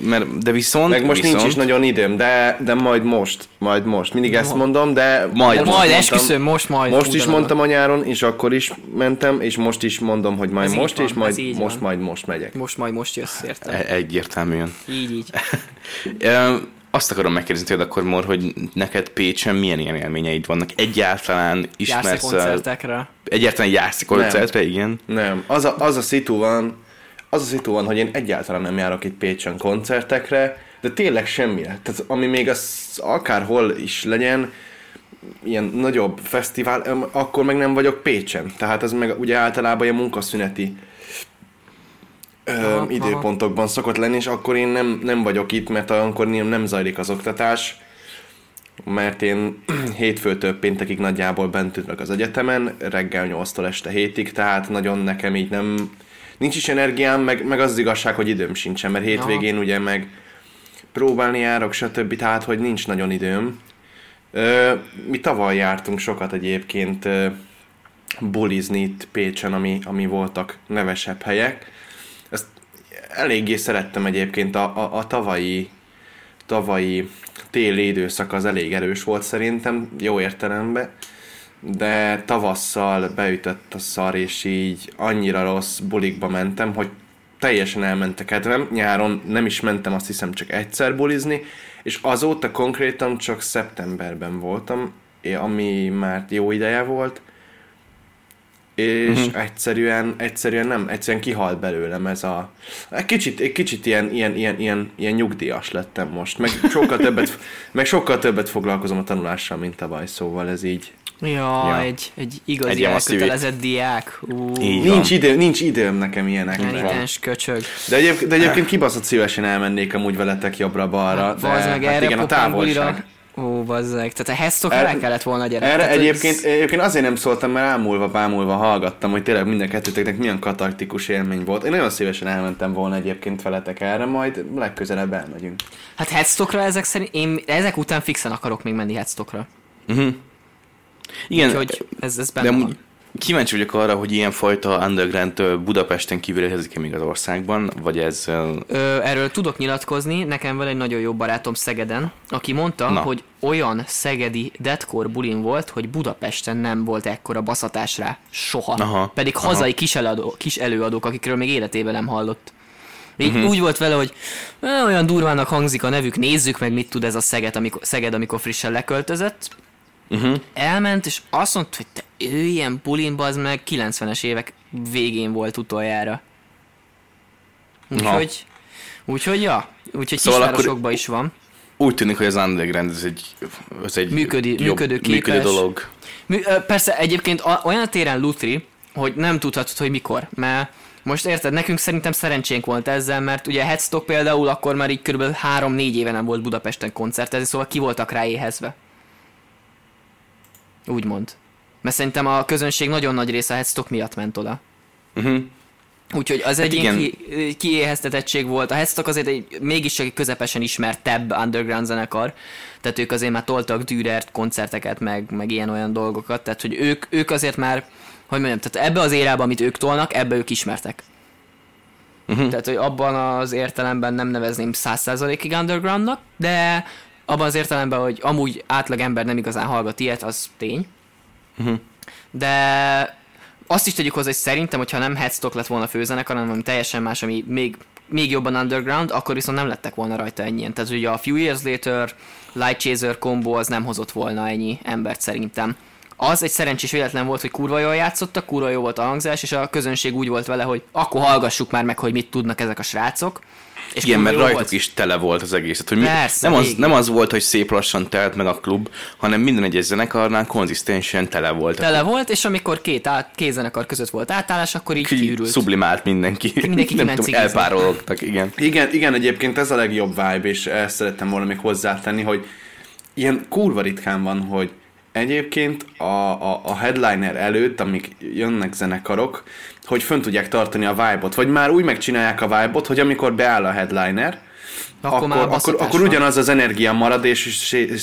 [SPEAKER 4] mert, de viszont...
[SPEAKER 3] Meg most
[SPEAKER 4] viszont,
[SPEAKER 3] nincs is nagyon időm, de, de majd most, majd most. Mindig ezt mondom, de majd
[SPEAKER 1] De
[SPEAKER 3] most
[SPEAKER 1] majd
[SPEAKER 3] mondtam.
[SPEAKER 1] esküszöm, most majd.
[SPEAKER 3] Most is
[SPEAKER 1] utána.
[SPEAKER 3] mondtam a nyáron, és akkor is mentem, és most is mondom, hogy majd
[SPEAKER 1] Ez így
[SPEAKER 3] most,
[SPEAKER 1] van,
[SPEAKER 3] és
[SPEAKER 1] ez
[SPEAKER 3] majd
[SPEAKER 1] így
[SPEAKER 3] most,
[SPEAKER 1] van.
[SPEAKER 3] majd most megyek.
[SPEAKER 1] Most majd most jössz, érted?
[SPEAKER 4] E- Egyértelműen.
[SPEAKER 1] Így, így.
[SPEAKER 4] Ö, Azt akarom megkérdezni tőled akkor, Mor, hogy neked Pécsen milyen ilyen élményeid vannak? Egyáltalán
[SPEAKER 1] Jársz a
[SPEAKER 4] ismersz... ö,
[SPEAKER 1] koncertekre.
[SPEAKER 4] Egyáltalán jársz a koncertre, igen?
[SPEAKER 3] Nem, az a, az a szitu van, az a szitu van, hogy én egyáltalán nem járok itt Pécsen koncertekre, de tényleg semmire. Tehát ami még az akárhol is legyen, ilyen nagyobb fesztivál, öm, akkor meg nem vagyok Pécsen. Tehát ez meg ugye általában ilyen munkaszüneti
[SPEAKER 1] Aha,
[SPEAKER 3] öm, időpontokban szokott lenni, és akkor én nem, nem vagyok itt, mert akkor nem nem zajlik az oktatás, mert én hétfőtől péntekig nagyjából bent ülök az egyetemen, reggel 8-tól este 7-ig, tehát nagyon nekem így nem... Nincs is energiám, meg, meg az igazság, hogy időm sincsen, mert hétvégén ugye meg próbálni járok, stb. Tehát, hogy nincs nagyon időm. Ö, mi tavaly jártunk sokat egyébként ö, bulizni itt Pécsen, ami, ami voltak nevesebb helyek. Ezt eléggé szerettem egyébként a, a, a tavalyi tavalyi téli időszak az elég erős volt szerintem, jó értelemben, de tavasszal beütött a szar, és így annyira rossz bulikba mentem, hogy teljesen elment a kedvem. Nyáron nem is mentem, azt hiszem, csak egyszer bulizni, és azóta konkrétan csak szeptemberben voltam, é- ami már jó ideje volt, és uh-huh. egyszerűen, egyszerűen nem, egyszerűen kihalt belőlem ez a... Egy kicsit, egy kicsit ilyen, ilyen, ilyen, ilyen, ilyen nyugdíjas lettem most, meg sokkal, többet, meg sokkal többet foglalkozom a tanulással, mint tavaly, szóval ez így...
[SPEAKER 1] Ja,
[SPEAKER 3] Ja.
[SPEAKER 1] egy, egy igazi
[SPEAKER 4] Egy
[SPEAKER 1] egy
[SPEAKER 4] ilyen masszív-
[SPEAKER 1] elkötelezett diák. Ú,
[SPEAKER 4] Így van.
[SPEAKER 3] Nincs, idő, nincs időm nekem ilyenekre.
[SPEAKER 1] penitens köcsög.
[SPEAKER 3] De, egyéb, de egyébként kibaszott szívesen elmennék amúgy veletek jobbra-balra. De,
[SPEAKER 1] Hát,
[SPEAKER 3] hát
[SPEAKER 1] Bazd meg, erre
[SPEAKER 3] igen, a távolság.
[SPEAKER 1] Ó, bazzeg. Tehát ehhez szok
[SPEAKER 3] Erre-
[SPEAKER 1] el kellett volna gyerek.
[SPEAKER 3] Erre
[SPEAKER 1] Tehát,
[SPEAKER 3] egyébként,
[SPEAKER 1] ez-
[SPEAKER 3] egyébként azért nem szóltam, mert ámulva, bámulva hallgattam, hogy tényleg minden kettőtöknek milyen katartikus élmény volt. Én nagyon szívesen elmentem volna egyébként veletek erre, majd legközelebb elmegyünk.
[SPEAKER 1] Hát headstockra ezek szerint, én ezek után fixen akarok még menni headstockra.
[SPEAKER 4] Mhm. Igen,
[SPEAKER 1] Úgyhogy ez, ez
[SPEAKER 4] de
[SPEAKER 1] benne
[SPEAKER 4] amúgy
[SPEAKER 1] van.
[SPEAKER 4] kíváncsi vagyok arra, hogy ilyenfajta underground ö, Budapesten kívül létezik-e még az országban, vagy ez... ö,
[SPEAKER 1] Ö, erről tudok nyilatkozni, nekem van egy nagyon jó barátom Szegeden, aki mondta,
[SPEAKER 4] Na.
[SPEAKER 1] Na. hogy olyan szegedi deadcore bulin volt, hogy Budapesten nem volt ekkora baszatás rá. Soha.
[SPEAKER 4] Aha,
[SPEAKER 1] Pedig
[SPEAKER 4] aha.
[SPEAKER 1] hazai kis, eladó, kis előadók, akikről még életében nem hallott. Így
[SPEAKER 4] Mhm.
[SPEAKER 1] uh-huh. úgy volt vele, hogy "Á, olyan durvának hangzik a nevük, nézzük meg, mit tud ez a Szeged, amikor, Szeged, amikor frissen leköltözött.
[SPEAKER 4] Mhm.
[SPEAKER 1] Uh-huh. Elment, és azt mondta, hogy te ő ilyen bulin, az meg 90-es évek végén volt utoljára. Úgyhogy, úgyhogy ja, úgyhogy
[SPEAKER 4] Szóval
[SPEAKER 1] szóval
[SPEAKER 4] akkor-
[SPEAKER 1] kisvárosokban is van.
[SPEAKER 4] Úgy tűnik, hogy az underground ez egy, ez egy
[SPEAKER 1] Működi- működőképes.
[SPEAKER 4] működő dolog.
[SPEAKER 1] Mű, ö, persze egyébként a, olyan téren lutri, hogy nem tudhatod, hogy mikor, mert most érted, nekünk szerintem szerencsénk volt ezzel, mert ugye Headstock például akkor már így kb. 3-4 éve nem volt Budapesten koncertezni, szóval ki voltak rá éhezve. Úgymond. Mert szerintem a közönség nagyon nagy része a Headstock miatt ment oda.
[SPEAKER 4] Mhm.
[SPEAKER 1] Uh-huh. Úgyhogy az egy
[SPEAKER 4] igen.
[SPEAKER 1] ilyen ki, kiéheztetettség volt. A Headstock azért egy, mégiscsak egy közepesen ismertebb underground zenekar, tehát ők azért már toltak Dürert koncerteket, meg, meg ilyen-olyan dolgokat, tehát hogy ők, ők azért már, hogy mondjam, tehát ebbe az érába, amit ők tolnak, ebbe ők ismertek. Uh-huh. Tehát, hogy abban az értelemben nem nevezném 100%-ig undergroundnak, de abban az értelemben, hogy amúgy átlagember nem igazán hallgat ilyet, az tény. De azt is tegyük hozzá, hogy szerintem, hogyha nem Headstock lett volna főzenekar, hanem valami teljesen más, ami még, még jobban underground, akkor viszont nem lettek volna rajta ennyien. Tehát ugye a Few Years Later, Light Chaser combo az nem hozott volna ennyi embert szerintem. Az egy szerencsés véletlen volt, hogy kurva jól játszottak, kurva jó volt a hangzás, és a közönség úgy volt vele, hogy akkor hallgassuk már meg, hogy mit tudnak ezek a srácok. És
[SPEAKER 4] Igen,
[SPEAKER 1] kurva
[SPEAKER 4] mert
[SPEAKER 1] jó
[SPEAKER 4] rajtuk
[SPEAKER 1] volt.
[SPEAKER 4] is tele volt az egész. Tehát, hogy mi,
[SPEAKER 1] Persze,
[SPEAKER 4] nem, az,
[SPEAKER 1] igen.
[SPEAKER 4] nem az volt, hogy szép lassan telt meg a klub, hanem minden egyes zenekarnál konzisztensen tele volt.
[SPEAKER 1] Tele volt, és amikor két, át, két zenekar között volt átállás, akkor így
[SPEAKER 4] Ki
[SPEAKER 1] kiürült.
[SPEAKER 4] szublimált mindenki.
[SPEAKER 1] Mindenki
[SPEAKER 4] nem
[SPEAKER 1] kiment
[SPEAKER 4] tudom,
[SPEAKER 1] cigizni.
[SPEAKER 4] elpárologtak, igen.
[SPEAKER 3] Igen, igen, egyébként ez a legjobb vibe, és ezt szerettem volna még hozzátenni, hogy ilyen kurva ritkán van, hogy egyébként a, a, a headliner előtt, amik jönnek zenekarok, hogy fönn tudják tartani a vibe-ot, vagy már úgy megcsinálják a vibe-ot, hogy amikor beáll a headliner,
[SPEAKER 1] Akkor,
[SPEAKER 3] akkor,
[SPEAKER 1] már
[SPEAKER 3] akkor,
[SPEAKER 1] baszatás
[SPEAKER 3] akkor
[SPEAKER 1] van.
[SPEAKER 3] ugyanaz az energia marad, és, és, és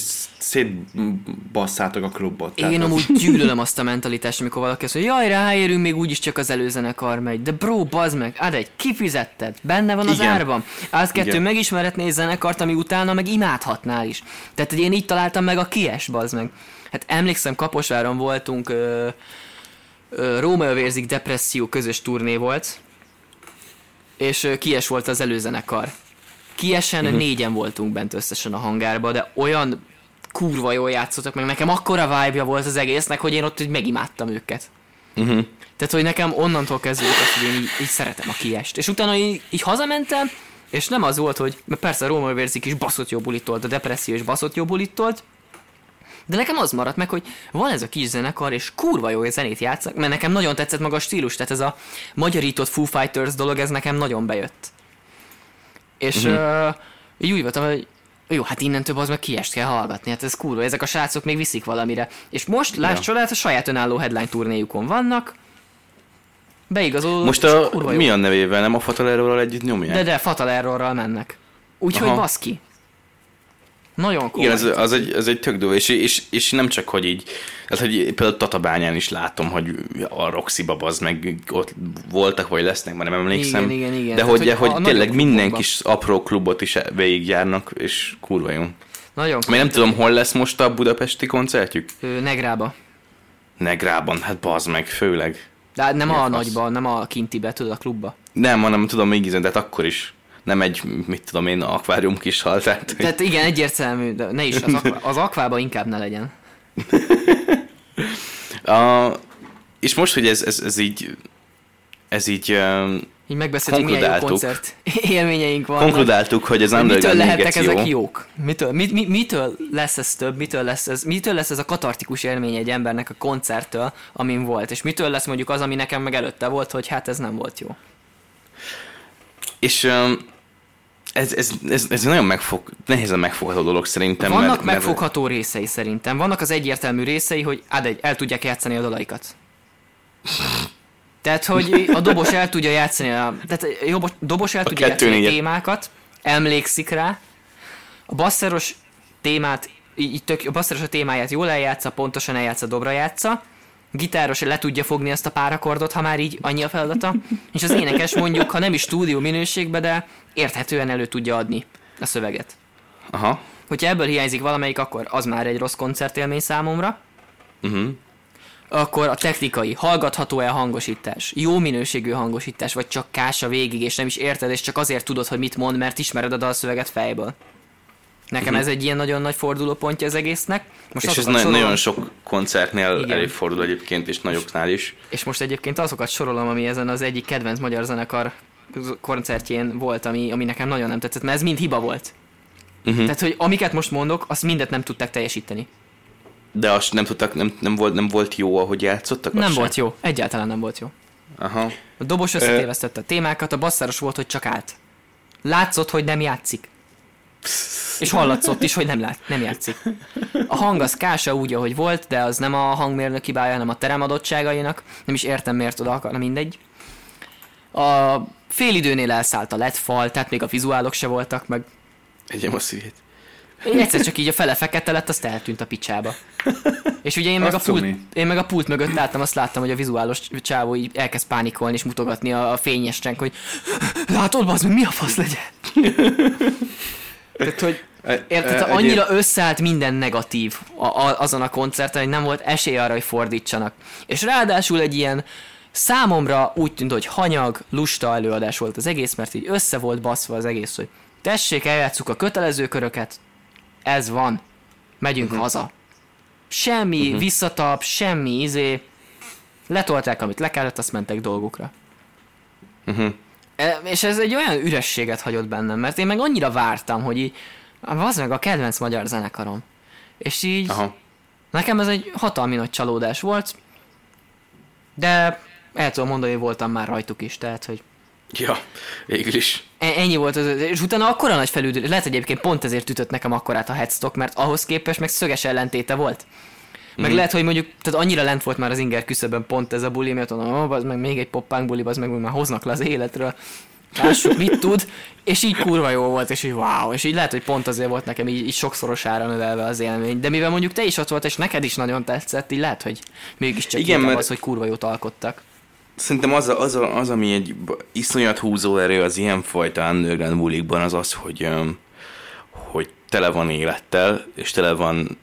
[SPEAKER 3] szétbasszátok a klubot. Tehát
[SPEAKER 1] Én
[SPEAKER 3] az-
[SPEAKER 1] amúgy gyűlölöm azt a mentalitást, amikor valaki azt mondja, jaj, ráérünk, még úgyis csak az előzenekar megy. De bro, bazd meg, ad egy, kifizetted, benne van az
[SPEAKER 3] Igen.
[SPEAKER 1] árban. Az kettő
[SPEAKER 3] Igen.
[SPEAKER 1] megismerhetné egy zenekart, ami utána meg imádhatnál is. Tehát, hogy én így találtam meg a kies, bazd meg. Hát emlékszem, Kaposváron voltunk, ö, ö, Rómeo vérzik depresszió közös turné volt, és ö, kies volt az előzenekar. Kiesen
[SPEAKER 3] Mhm.
[SPEAKER 1] négyen voltunk bent összesen a hangárba, de olyan kurva jól játszottak, meg nekem akkora vibe volt az egésznek, hogy én ott így megimádtam őket. Uh-huh. Tehát, hogy nekem onnantól kezdődött az, hogy én így, így szeretem a kiest. És utána így, így hazamentem, és nem az volt, hogy, mert persze a Róma vérzik is baszott jó bulit tolt, a depresszió is baszott jó bulit tolt, de nekem az maradt meg, hogy van ez a kis zenekar, és kurva jó zenét játszanak, mert nekem nagyon tetszett maga a stílus, tehát ez a magyarított Foo Fighters dolog, ez nekem nagyon bejött. És
[SPEAKER 4] Mhm.
[SPEAKER 1] uh-huh. uh, így úgy voltam, hogy jó, hát innentől az meg kiest kell hallgatni, hát ez kurva, ezek a srácok még viszik valamire. És most, láss ja. csodát, a saját önálló headline turnéjukon vannak, beigazolódott,
[SPEAKER 4] Most
[SPEAKER 1] és
[SPEAKER 4] a,
[SPEAKER 1] kurva jó.
[SPEAKER 4] mi a nevével, nem a Fatal együtt nyomják?
[SPEAKER 1] De de, Fatal Errorral mennek. Úgyhogy
[SPEAKER 4] Aha.
[SPEAKER 1] baszki. Nagyon komoly.
[SPEAKER 4] Igen, az, az, egy, az egy tök dolog, és, és, és, nem csak, hogy így, tehát, hogy például Tatabányán is látom, hogy a Roxy babaz, meg ott voltak, vagy lesznek, már nem emlékszem.
[SPEAKER 1] Igen, igen, igen.
[SPEAKER 4] De
[SPEAKER 1] Tehát,
[SPEAKER 4] hogy,
[SPEAKER 1] hogy a
[SPEAKER 4] hogy,
[SPEAKER 1] nagyobb
[SPEAKER 4] hogy tényleg minden
[SPEAKER 1] klubokban.
[SPEAKER 4] kis apró klubot is végigjárnak, és kurva jó.
[SPEAKER 1] Nagyon
[SPEAKER 4] Még
[SPEAKER 1] komoly.
[SPEAKER 4] nem tudom, hol lesz most a budapesti koncertjük?
[SPEAKER 1] Ö, Negrába.
[SPEAKER 4] Negrában, hát bazd meg, főleg.
[SPEAKER 1] De hát nem a
[SPEAKER 4] fasz?
[SPEAKER 1] nagyba, nem a kintibe, tudod, a klubba.
[SPEAKER 4] Nem, hanem tudom, még ízen, de hát akkor is. Nem egy, mit tudom én, akvárium kis hal, tehát, hogy-
[SPEAKER 1] Tehát igen, egyértelmű, de ne is, az, akva, az akvába inkább ne legyen.
[SPEAKER 4] A, és most, hogy ez, ez, ez így, ez így um,
[SPEAKER 1] Így megbeszéltünk, milyen jó
[SPEAKER 4] Konkludáltuk.
[SPEAKER 1] koncert élményeink vannak.
[SPEAKER 4] konkludáltuk, hogy az
[SPEAKER 1] Hogy Mitől
[SPEAKER 4] Underground
[SPEAKER 1] lehetnek
[SPEAKER 4] lehetnek jó.
[SPEAKER 1] ezek jók? Mitől, mit, mi, mitől lesz ez több? Mitől lesz ez, mitől lesz ez a katartikus élmény egy embernek a koncerttől, amin volt? És mitől lesz mondjuk az, ami nekem meg előtte volt, hogy hát ez nem volt jó?
[SPEAKER 4] És um, ez, ez, ez, ez, nagyon megfog, nehézen megfogható dolog szerintem.
[SPEAKER 1] Vannak
[SPEAKER 4] mert,
[SPEAKER 1] megfogható részei szerintem. Vannak az egyértelmű részei, hogy ád egy, el tudják játszani a dalaikat. Tehát, hogy a dobos el tudja játszani a... Tehát a jobos- dobos el tudja
[SPEAKER 4] kettő
[SPEAKER 1] játszani a
[SPEAKER 4] négyet.
[SPEAKER 1] témákat, emlékszik rá. A basszeros témát, így így tök, a basszeros a témáját jól eljátsza, pontosan eljátsza, dobra játsza. Gitáros le tudja fogni ezt a párakordot, ha már így annyi a feladata. És az énekes mondjuk, ha nem is stúdió minőségben, de érthetően elő tudja adni a szöveget.
[SPEAKER 4] Mert, aha.
[SPEAKER 1] Hogyha ebből hiányzik valamelyik, akkor az már egy rossz koncertélmény számomra.
[SPEAKER 4] Mhm.
[SPEAKER 1] Uh-huh. Akkor a technikai, hallgatható-e a hangosítás, jó minőségű hangosítás, vagy csak kása végig, és nem is érted, és csak azért tudod, hogy mit mond, mert ismered a dalszöveget fejből. Nekem uh-huh. ez egy ilyen nagyon nagy fordulópontja az egésznek. Most
[SPEAKER 4] Mhm. És ez
[SPEAKER 1] azokat
[SPEAKER 4] na-
[SPEAKER 1] sorolom-
[SPEAKER 4] nagyon sok koncertnél
[SPEAKER 1] Igen.
[SPEAKER 4] Igen. előfordul egyébként, és nagyoknál is.
[SPEAKER 1] És most egyébként azokat sorolom, ami ezen az egyik kedvenc magyar zenekar koncertjén volt, ami, ami nekem nagyon nem tetszett, mert ez mind hiba volt.
[SPEAKER 4] Mhm.
[SPEAKER 1] Uh-huh. Tehát, hogy amiket most mondok, azt mindet nem tudták teljesíteni.
[SPEAKER 4] De azt nem tudtak, nem, nem, volt, nem volt jó, ahogy játszottak? az
[SPEAKER 1] Nem
[SPEAKER 4] sem?
[SPEAKER 1] volt jó, egyáltalán nem volt jó.
[SPEAKER 4] Aha.
[SPEAKER 1] A dobos összetévesztette a témákat, a basszáros volt, hogy csak állt. Látszott, hogy nem játszik. És hallatszott is, hogy nem, lát, nem játszik. A hang az kása úgy, ahogy volt, de az nem a hangmérnök hibája, hanem a terem adottságainak. Nem is értem, miért oda akarna, mindegy. A félidőnél elszállt a lett fal, tehát még a vizuálok se voltak, meg
[SPEAKER 4] Egyem a szívét.
[SPEAKER 1] én egyszer csak így a fele fekete lett, azt eltűnt a picsába. És ugye én meg, a
[SPEAKER 3] Azt
[SPEAKER 1] pult,
[SPEAKER 3] tudni.
[SPEAKER 1] én meg a pult mögött álltam, azt láttam, hogy a vizuálos csávó így elkezd pánikolni és mutogatni a, a fényesnek, hogy látod, az mi a fasz legyen? Tehát, hogy
[SPEAKER 3] E-
[SPEAKER 1] érted,
[SPEAKER 3] e-
[SPEAKER 1] tehát annyira összeállt minden negatív a, a, azon a koncerten, hogy nem volt esély arra, hogy fordítsanak. És ráadásul egy ilyen számomra úgy tűnt, hogy hanyag, lusta előadás volt az egész, mert így össze volt baszva az egész, hogy tessék, eljátszuk a kötelező köröket, ez van, megyünk uh-huh. haza. Semmi uh-huh. visszatap, semmi izé, letolták, amit le kellett, azt mentek dolgukra.
[SPEAKER 4] Mhm.
[SPEAKER 1] E, És ez egy olyan ürességet hagyott bennem, mert én meg annyira vártam, hogy így, az meg a kedvenc magyar zenekarom. És így Aha.
[SPEAKER 4] Aha.
[SPEAKER 1] nekem ez egy hatalmi nagy csalódás volt, de el tudom mondani, hogy voltam már rajtuk is, tehát hogy
[SPEAKER 4] Ja, végül is.
[SPEAKER 1] E- Ennyi volt az, és utána akkora nagy felüldülés, lehet egyébként pont ezért ütött nekem akkorát a headstock, mert ahhoz képest meg szöges ellentéte volt. Meg mm. lehet, hogy mondjuk, tehát annyira lent volt már az inger küszöbön pont ez a buli, mert mondom, ó, az meg még egy poppánk buli, az meg úgy már hoznak le az életről. lássuk, mit tud, és így kurva jó volt, és így wow, és így lehet, hogy pont azért volt nekem így, így sokszorosára növelve az élmény, de mivel mondjuk te is ott volt, és neked is nagyon tetszett, így lehet, hogy mégiscsak
[SPEAKER 4] Igen,
[SPEAKER 1] Igen, mert...
[SPEAKER 4] mert-
[SPEAKER 1] az, hogy kurva jót alkottak.
[SPEAKER 4] Szerintem az, a, az, a, az, ami egy b- iszonyat húzóerő az ilyenfajta underground bulikban, az az, hogy, öm, hogy tele van élettel, és tele van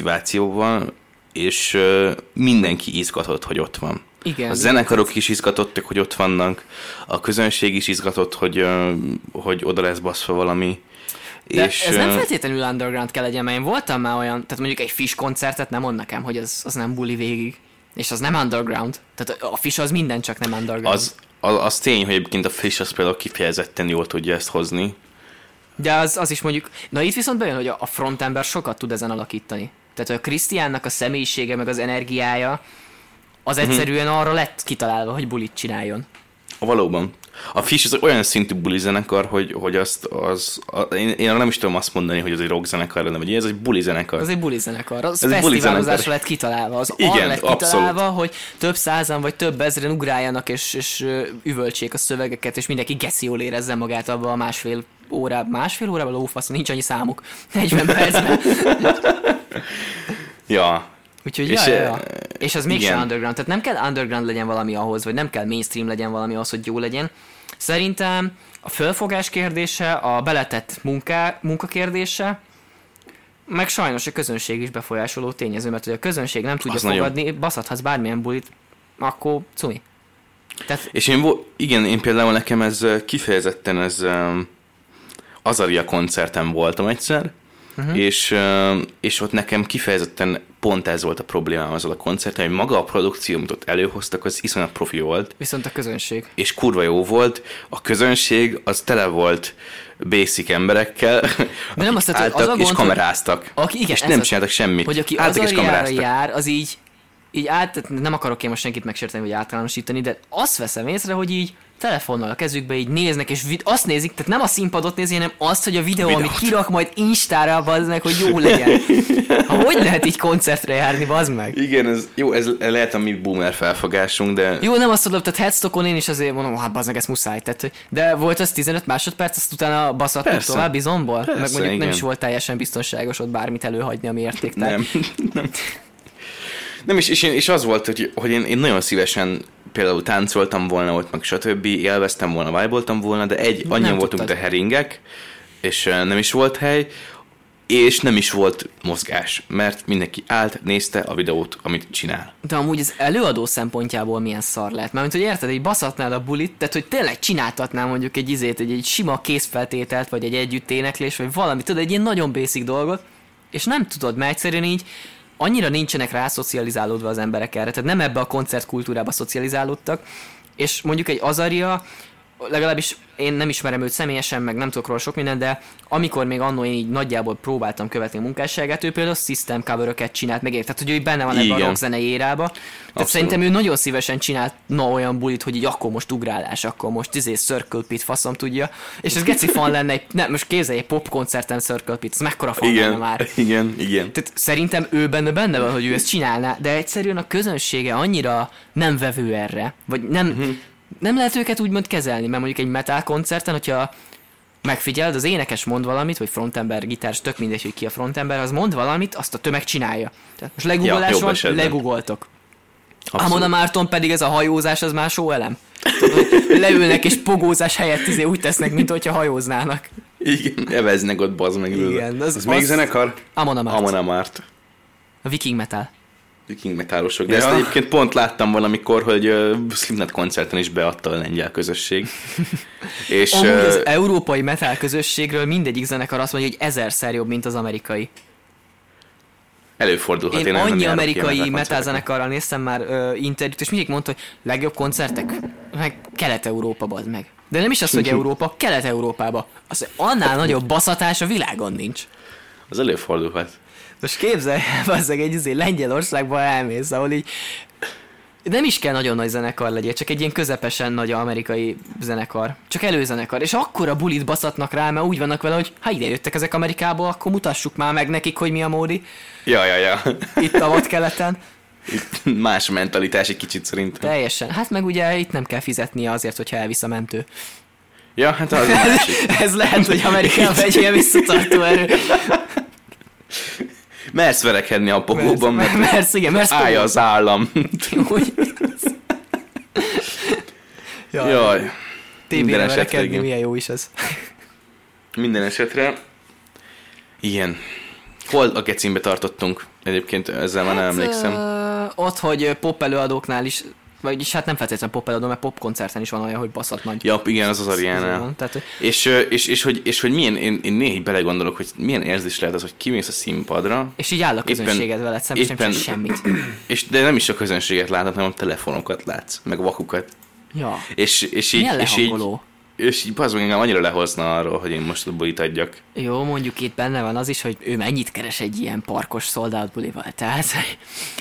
[SPEAKER 4] motivációval, és ö, mindenki izgatott, hogy ott van.
[SPEAKER 1] Igen.
[SPEAKER 4] A zenekarok is izgatottak, hogy ott vannak, a közönség is izgatott, hogy, öm, hogy oda lesz baszva valami.
[SPEAKER 1] De és, ez nem
[SPEAKER 4] ö,
[SPEAKER 1] feltétlenül underground kell legyen, mert én voltam már olyan, tehát mondjuk egy Fish koncertet nem mond nekem, hogy az, az nem buli végig. És az nem underground. Tehát a Fish az minden, csak nem underground.
[SPEAKER 4] az, az, az tény, hogy egyébként a Fish az például kifejezetten jól tudja ezt hozni.
[SPEAKER 1] De az, az is mondjuk, na itt viszont bejön, hogy a, a frontember sokat tud ezen alakítani. Tehát a Krisztiánnak a személyisége, meg az energiája, az
[SPEAKER 4] Mhm.
[SPEAKER 1] egyszerűen arra lett kitalálva, hogy bulit csináljon.
[SPEAKER 4] Valóban. A Fish az olyan szintű buli zenekar, hogy, hogy azt, az, a, én, én, nem is tudom azt mondani, hogy az egy rock zenekar lenne, vagy ilyen, ez egy buli zenekar.
[SPEAKER 1] Az egy buli zenekar, az
[SPEAKER 4] Ez egy buli
[SPEAKER 1] fesztiválozásra
[SPEAKER 4] zenekar.
[SPEAKER 1] lett kitalálva. Az
[SPEAKER 4] Igen,
[SPEAKER 1] arra lett
[SPEAKER 4] abszolút.
[SPEAKER 1] kitalálva, hogy több százan vagy több ezren ugráljanak és, és ö, üvöltsék a szövegeket, és mindenki geci jól érezze magát abba a másfél órában. Másfél órában lófasz, nincs annyi számuk. 40 percben.
[SPEAKER 4] Ja.
[SPEAKER 1] Úgyhogy és,
[SPEAKER 4] És,
[SPEAKER 1] ja, ja, ja.
[SPEAKER 4] eh,
[SPEAKER 1] és az mégsem
[SPEAKER 4] igen.
[SPEAKER 1] underground, tehát nem kell underground legyen valami ahhoz, vagy nem kell mainstream legyen valami ahhoz, hogy jó legyen. Szerintem a fölfogás kérdése, a beletett munká, munka kérdése, meg sajnos a közönség is befolyásoló tényező, mert hogy a közönség nem tudja
[SPEAKER 4] Az nagyon.
[SPEAKER 1] fogadni, nagyon. baszhatsz bármilyen bulit, akkor cumi. Tehát
[SPEAKER 4] És én, vo- igen, én például nekem ez ö, kifejezetten ez öm, Azaria koncerten voltam egyszer,
[SPEAKER 1] Mhm.
[SPEAKER 4] uh-huh. és, öm, és ott nekem kifejezetten pont ez volt a problémám azzal a koncerten, hogy maga a produkció, amit ott előhoztak, az iszonyat profi volt,
[SPEAKER 1] viszont a közönség.
[SPEAKER 4] és kurva jó volt. A közönség az tele volt basic emberekkel,
[SPEAKER 1] De nem
[SPEAKER 4] akik
[SPEAKER 1] azt tehát,
[SPEAKER 4] álltak
[SPEAKER 1] hogy az a
[SPEAKER 4] és
[SPEAKER 1] gond, hogy-
[SPEAKER 4] kameráztak.
[SPEAKER 1] Aki, igen,
[SPEAKER 4] és
[SPEAKER 1] ez
[SPEAKER 4] nem
[SPEAKER 1] az,
[SPEAKER 4] csináltak semmit.
[SPEAKER 1] Hogy aki
[SPEAKER 4] Álltak és
[SPEAKER 1] azariára
[SPEAKER 4] kameráztak.
[SPEAKER 1] jár, az így, így át, tehát nem akarok én most senkit megsérteni, vagy általánosítani, de azt veszem észre, hogy így telefonnal a kezükbe így néznek, és vid- azt nézik, tehát nem a színpadot nézik, hanem azt, hogy a videó,
[SPEAKER 4] Videót.
[SPEAKER 1] amit kirak majd Instára, bazd meg, hogy jó legyen. Ha hogy lehet így koncertre járni, bazd meg?
[SPEAKER 4] Igen, ez, jó, ez lehet a mi boomer felfogásunk, de
[SPEAKER 1] Jó, nem azt mondom, tehát headstockon én is azért mondom, hát bazd meg, ez muszáj. Tehát, hogy- de volt az 15 másodperc, azt utána baszattuk
[SPEAKER 4] Persze.
[SPEAKER 1] tovább izomból? meg
[SPEAKER 4] Persze,
[SPEAKER 1] mondjuk nem
[SPEAKER 4] igen.
[SPEAKER 1] is volt teljesen biztonságos ott bármit előhagyni, ami értéktelen.
[SPEAKER 4] nem. nem. Nem, és, és, én, és az volt, hogy, hogy én, én nagyon szívesen például táncoltam volna ott, meg stb. élveztem volna, vibe volna, de egy, annyian voltunk,
[SPEAKER 1] tudtad.
[SPEAKER 4] de heringek, és eh, nem is volt hely, és nem is volt mozgás, mert mindenki állt, nézte a videót, amit csinál.
[SPEAKER 1] De amúgy az előadó szempontjából milyen szar lehet. Mert hogy érted, egy baszatnál a bulit, tehát hogy tényleg csináltatnál mondjuk egy izét, egy, egy sima készfeltételt, vagy egy együtt éneklés, vagy valami, tudod, egy ilyen nagyon basic dolgot, és nem tudod, mert egyszerűen így annyira nincsenek rá szocializálódva az emberek erre, tehát nem ebbe a koncertkultúrába szocializálódtak, és mondjuk egy Azaria, legalábbis én nem ismerem őt személyesen, meg nem tudok róla sok mindent, de amikor még annó én így nagyjából próbáltam követni a munkásságát, ő például system coveröket csinált, meg érted, hogy ő így benne van ebben a
[SPEAKER 4] Igen.
[SPEAKER 1] rock zenei érába. Tehát
[SPEAKER 4] Abszolút.
[SPEAKER 1] szerintem ő nagyon szívesen csinált na olyan bulit, hogy így akkor most ugrálás, akkor most izé Circle Pit, faszom tudja. És ez geci fan lenne, egy, nem, most képzelj egy pop koncerten Circle Pit, ez mekkora fan lenne már.
[SPEAKER 4] igen, igen.
[SPEAKER 1] Tehát szerintem ő benne benne van, hogy ő ezt csinálná, de egyszerűen a közönsége annyira nem vevő erre, vagy nem,
[SPEAKER 4] Mhm.
[SPEAKER 1] nem lehet őket úgymond kezelni, mert mondjuk egy metal koncerten, hogyha megfigyeld, az énekes mond valamit, vagy frontember, gitárs, tök mindegy, hogy ki a frontember, az mond valamit, azt a tömeg csinálja. Tehát most legugolás
[SPEAKER 4] Ja,
[SPEAKER 1] ja,
[SPEAKER 4] jobb
[SPEAKER 1] van,
[SPEAKER 4] esetben.
[SPEAKER 1] legugoltok. Amon a Márton pedig ez a hajózás, az már só elem. Tudod, hogy Leülnek és pogózás helyett izé úgy tesznek, mint hogyha hajóznának.
[SPEAKER 4] Igen, eveznek ott, bazd meg.
[SPEAKER 1] Igen, az,
[SPEAKER 3] Ez még zenekar?
[SPEAKER 1] Amon a Márton.
[SPEAKER 4] Amon Amarth.
[SPEAKER 1] A viking metal.
[SPEAKER 4] Viking metálosok. De
[SPEAKER 3] Ja.
[SPEAKER 4] ja. ezt egyébként pont láttam valamikor, hogy uh, Slimnet koncerten is beadta a lengyel közösség. és
[SPEAKER 1] Amúgy
[SPEAKER 4] ö,
[SPEAKER 1] az európai metal közösségről mindegyik zenekar azt mondja, hogy ezerszer jobb, mint az amerikai.
[SPEAKER 4] előfordulhat.
[SPEAKER 1] Én
[SPEAKER 4] Hát nem- nem
[SPEAKER 1] annyi
[SPEAKER 4] járok
[SPEAKER 1] amerikai
[SPEAKER 4] ilyen
[SPEAKER 1] metal
[SPEAKER 4] koncertekre.
[SPEAKER 1] zenekarral néztem már ö, interjút, és mindig mondta, hogy legjobb koncertek, meg Kelet-Európa bad meg. De nem is az, hogy Európa, Kelet-Európába. Az annál nagyobb baszatás a világon nincs.
[SPEAKER 4] Az előfordulhat.
[SPEAKER 1] Most képzelj, bazzeg egy izé Lengyelországba elmész, ahol így nem is kell nagyon nagy zenekar legyél, csak egy ilyen közepesen nagy amerikai zenekar. Csak előzenekar. És akkor a bulit baszatnak rá, mert úgy vannak vele, hogy ha ide jöttek ezek Amerikából, akkor mutassuk már meg nekik, hogy mi a módi.
[SPEAKER 4] Ja, ja, ja.
[SPEAKER 1] Itt a vadkeleten.
[SPEAKER 4] Más mentalitás egy kicsit szerintem.
[SPEAKER 1] Teljesen. Hát meg ugye itt nem kell fizetnie azért, hogyha elvisz a mentő.
[SPEAKER 4] Ja, hát az másik.
[SPEAKER 1] Ez lehet, hogy Amerikában egy ilyen visszatartó erő.
[SPEAKER 4] Mersz verekedni a pogóban, mert
[SPEAKER 1] Mersz, igen, mersz.
[SPEAKER 4] állja az állam.
[SPEAKER 1] Úgy. Jaj, Jaj.
[SPEAKER 4] Jaj.
[SPEAKER 1] TB-re
[SPEAKER 4] minden esetre,
[SPEAKER 1] verekedni,
[SPEAKER 4] igen.
[SPEAKER 1] milyen jó is ez.
[SPEAKER 4] Minden esetre. Igen. Hol a gecimbe tartottunk? Egyébként ezzel már nem emlékszem.
[SPEAKER 1] Hát, Ö, ott, hogy ö, pop előadóknál is, vagyis hát nem feltétlenül pop előadó, mert pop koncerten is van olyan, hogy baszat nagy.
[SPEAKER 4] Ja, igen, az az
[SPEAKER 1] Ez
[SPEAKER 4] Ariánál.
[SPEAKER 1] van, Tehát, hogy
[SPEAKER 4] És, ö, és, és, hogy, és hogy milyen, én, én néha így belegondolok, hogy milyen érzés lehet az, hogy kimész a színpadra,
[SPEAKER 1] és így áll a
[SPEAKER 4] Éppen-
[SPEAKER 1] közönséged veled szemben, és nem
[SPEAKER 4] éppen-
[SPEAKER 1] csinál semmit.
[SPEAKER 4] és de nem is a közönséget látod, hanem a telefonokat látsz, meg vakukat.
[SPEAKER 1] Ja.
[SPEAKER 4] És, és így,
[SPEAKER 1] Milyen
[SPEAKER 4] és így,
[SPEAKER 1] lehangoló.
[SPEAKER 4] és így bazd meg, engem annyira lehozna arról, hogy én most bulit adjak.
[SPEAKER 1] Jó, mondjuk itt benne van az is, hogy ő mennyit keres egy ilyen parkos szoldált bulival. Tehát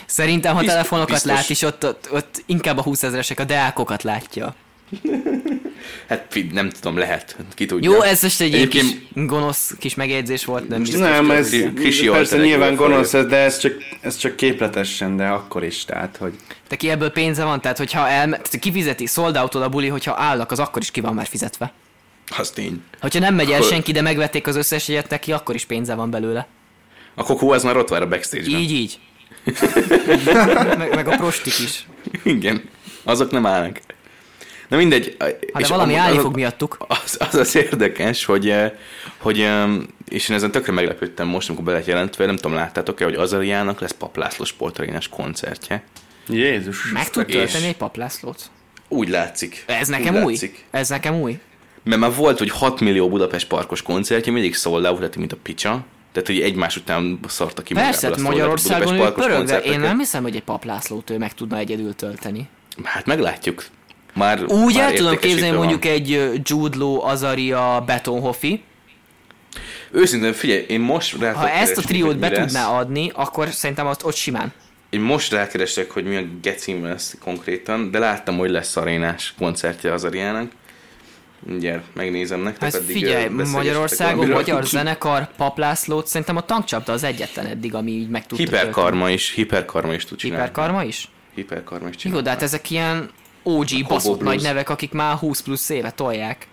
[SPEAKER 1] szerintem, ha
[SPEAKER 4] Bizt-
[SPEAKER 1] telefonokat
[SPEAKER 4] biztos.
[SPEAKER 1] lát is, ott, ott, ott inkább a 20 ezresek a deákokat látja.
[SPEAKER 4] Hát fi- nem tudom, lehet, ki tudja.
[SPEAKER 1] Jó, ez most egy ilyen kis
[SPEAKER 4] Egyébként-
[SPEAKER 1] gonosz kis megjegyzés volt, nem biztos.
[SPEAKER 2] Nem, ez
[SPEAKER 4] Krisi- Krisi
[SPEAKER 2] persze
[SPEAKER 4] Olter egy
[SPEAKER 2] nyilván
[SPEAKER 4] jó forró.
[SPEAKER 2] gonosz, ez, de ez csak, ez csak képletesen, de akkor is, tehát, hogy...
[SPEAKER 1] De ki ebből pénze van, tehát hogyha el, tehát kifizeti sold out a buli, hogyha állnak, az akkor is ki van már fizetve.
[SPEAKER 4] Az tény.
[SPEAKER 1] Hogyha nem megy el
[SPEAKER 4] Akkor-
[SPEAKER 1] senki, de megvették az összes jegyet neki, akkor is pénze van belőle.
[SPEAKER 4] A kokó az már ott vár a backstage-ben.
[SPEAKER 1] Így, így. meg, meg a prostik is. Hát,
[SPEAKER 4] Igen, azok nem állnak. Na mindegy.
[SPEAKER 1] Hát de valami
[SPEAKER 4] amúgy
[SPEAKER 1] állni
[SPEAKER 4] az-
[SPEAKER 1] fog miattuk.
[SPEAKER 4] Az, az az érdekes, hogy, eh, hogy em, és én ezen tökre meglepődtem most, amikor be lett jelentve, nem tudom, láttátok-e, hogy Azariának lesz paplászló sportarénás koncertje.
[SPEAKER 2] Jézus.
[SPEAKER 1] Meg tud
[SPEAKER 4] és-
[SPEAKER 1] tölteni egy paplászlót?
[SPEAKER 4] Úgy látszik.
[SPEAKER 1] Ez nekem
[SPEAKER 4] Úgy
[SPEAKER 1] új?
[SPEAKER 4] látszik.
[SPEAKER 1] Ez nekem új?
[SPEAKER 4] Mert már volt, hogy 6 millió Budapest parkos koncertje, mindig sold out lett, mint a picsa. Tehát, hogy egymás után szarta ki
[SPEAKER 1] Persze, hát
[SPEAKER 4] magából a sold out
[SPEAKER 1] Magyarországon
[SPEAKER 4] Budapest
[SPEAKER 1] ő
[SPEAKER 4] parkos
[SPEAKER 1] pörög, de én
[SPEAKER 4] koncerteket.
[SPEAKER 1] nem hiszem, hogy egy paplászlót ő meg tudna egyedül tölteni.
[SPEAKER 4] Hát meglátjuk. Már,
[SPEAKER 1] Úgy
[SPEAKER 4] már
[SPEAKER 1] el tudom képzelni
[SPEAKER 4] értékesítve van.
[SPEAKER 1] mondjuk egy ö, Jude Law, Azaria, Betonhoffi,
[SPEAKER 4] Őszintén, figyelj, én most rá
[SPEAKER 1] Ha ezt a triót be tudná
[SPEAKER 4] lesz.
[SPEAKER 1] adni, akkor szerintem ott, ott simán.
[SPEAKER 4] Én most rákeresek, hogy mi a gecim lesz konkrétan, de láttam, hogy lesz arénás koncertje az Ariának. Mindjárt megnézem nektek,
[SPEAKER 1] Hát
[SPEAKER 4] addig,
[SPEAKER 1] figyelj,
[SPEAKER 4] ö, beszélgessetek
[SPEAKER 1] Magyarországon
[SPEAKER 4] valamiről.
[SPEAKER 1] magyar zenekar, paplászlót, szerintem a tankcsapda az egyetlen eddig, ami így meg tudta tölteni.
[SPEAKER 4] Hiperkarma is, hiperkarma is tud csinálni.
[SPEAKER 1] Hiperkarma is?
[SPEAKER 4] Hiperkarma is
[SPEAKER 1] Jó,
[SPEAKER 4] csinálni.
[SPEAKER 1] de hát ezek ilyen OG
[SPEAKER 4] Hobo
[SPEAKER 1] baszott
[SPEAKER 4] Blues.
[SPEAKER 1] nagy nevek, akik már 20 plusz éve tolják.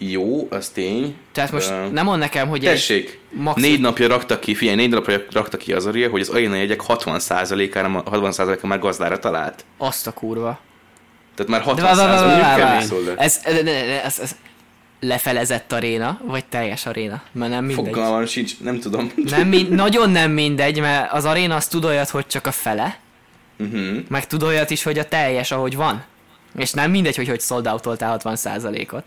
[SPEAKER 4] Jó, az tény.
[SPEAKER 1] Tehát most
[SPEAKER 4] Ö,
[SPEAKER 1] nem mond nekem, hogy egy
[SPEAKER 4] Tessék,
[SPEAKER 1] maxi-
[SPEAKER 4] négy napja raktak ki, figyelj, négy napja raktak ki az aria, hogy az aréna jegyek 60%-ára, ma- 60%-a már gazdára talált.
[SPEAKER 1] azt a kurva.
[SPEAKER 4] Tehát már
[SPEAKER 1] De vá, vá, vá,
[SPEAKER 4] 60%-a
[SPEAKER 1] vá,
[SPEAKER 4] mondjuk
[SPEAKER 1] vá,
[SPEAKER 4] kemény
[SPEAKER 1] vá.
[SPEAKER 4] szól, de
[SPEAKER 1] Ez, ne, ne, ne, ez, ez lefelezett aréna, vagy teljes aréna? Mert nem mindegy.
[SPEAKER 4] fogalmam sincs, nem tudom.
[SPEAKER 1] Nem, min- nagyon nem mindegy, mert az aréna az tud olyat, hogy csak a fele,
[SPEAKER 4] Mhm.
[SPEAKER 1] meg tud olyat is, hogy a teljes, ahogy van. És nem mindegy, hogy hogy sold out-oltál 60%-ot.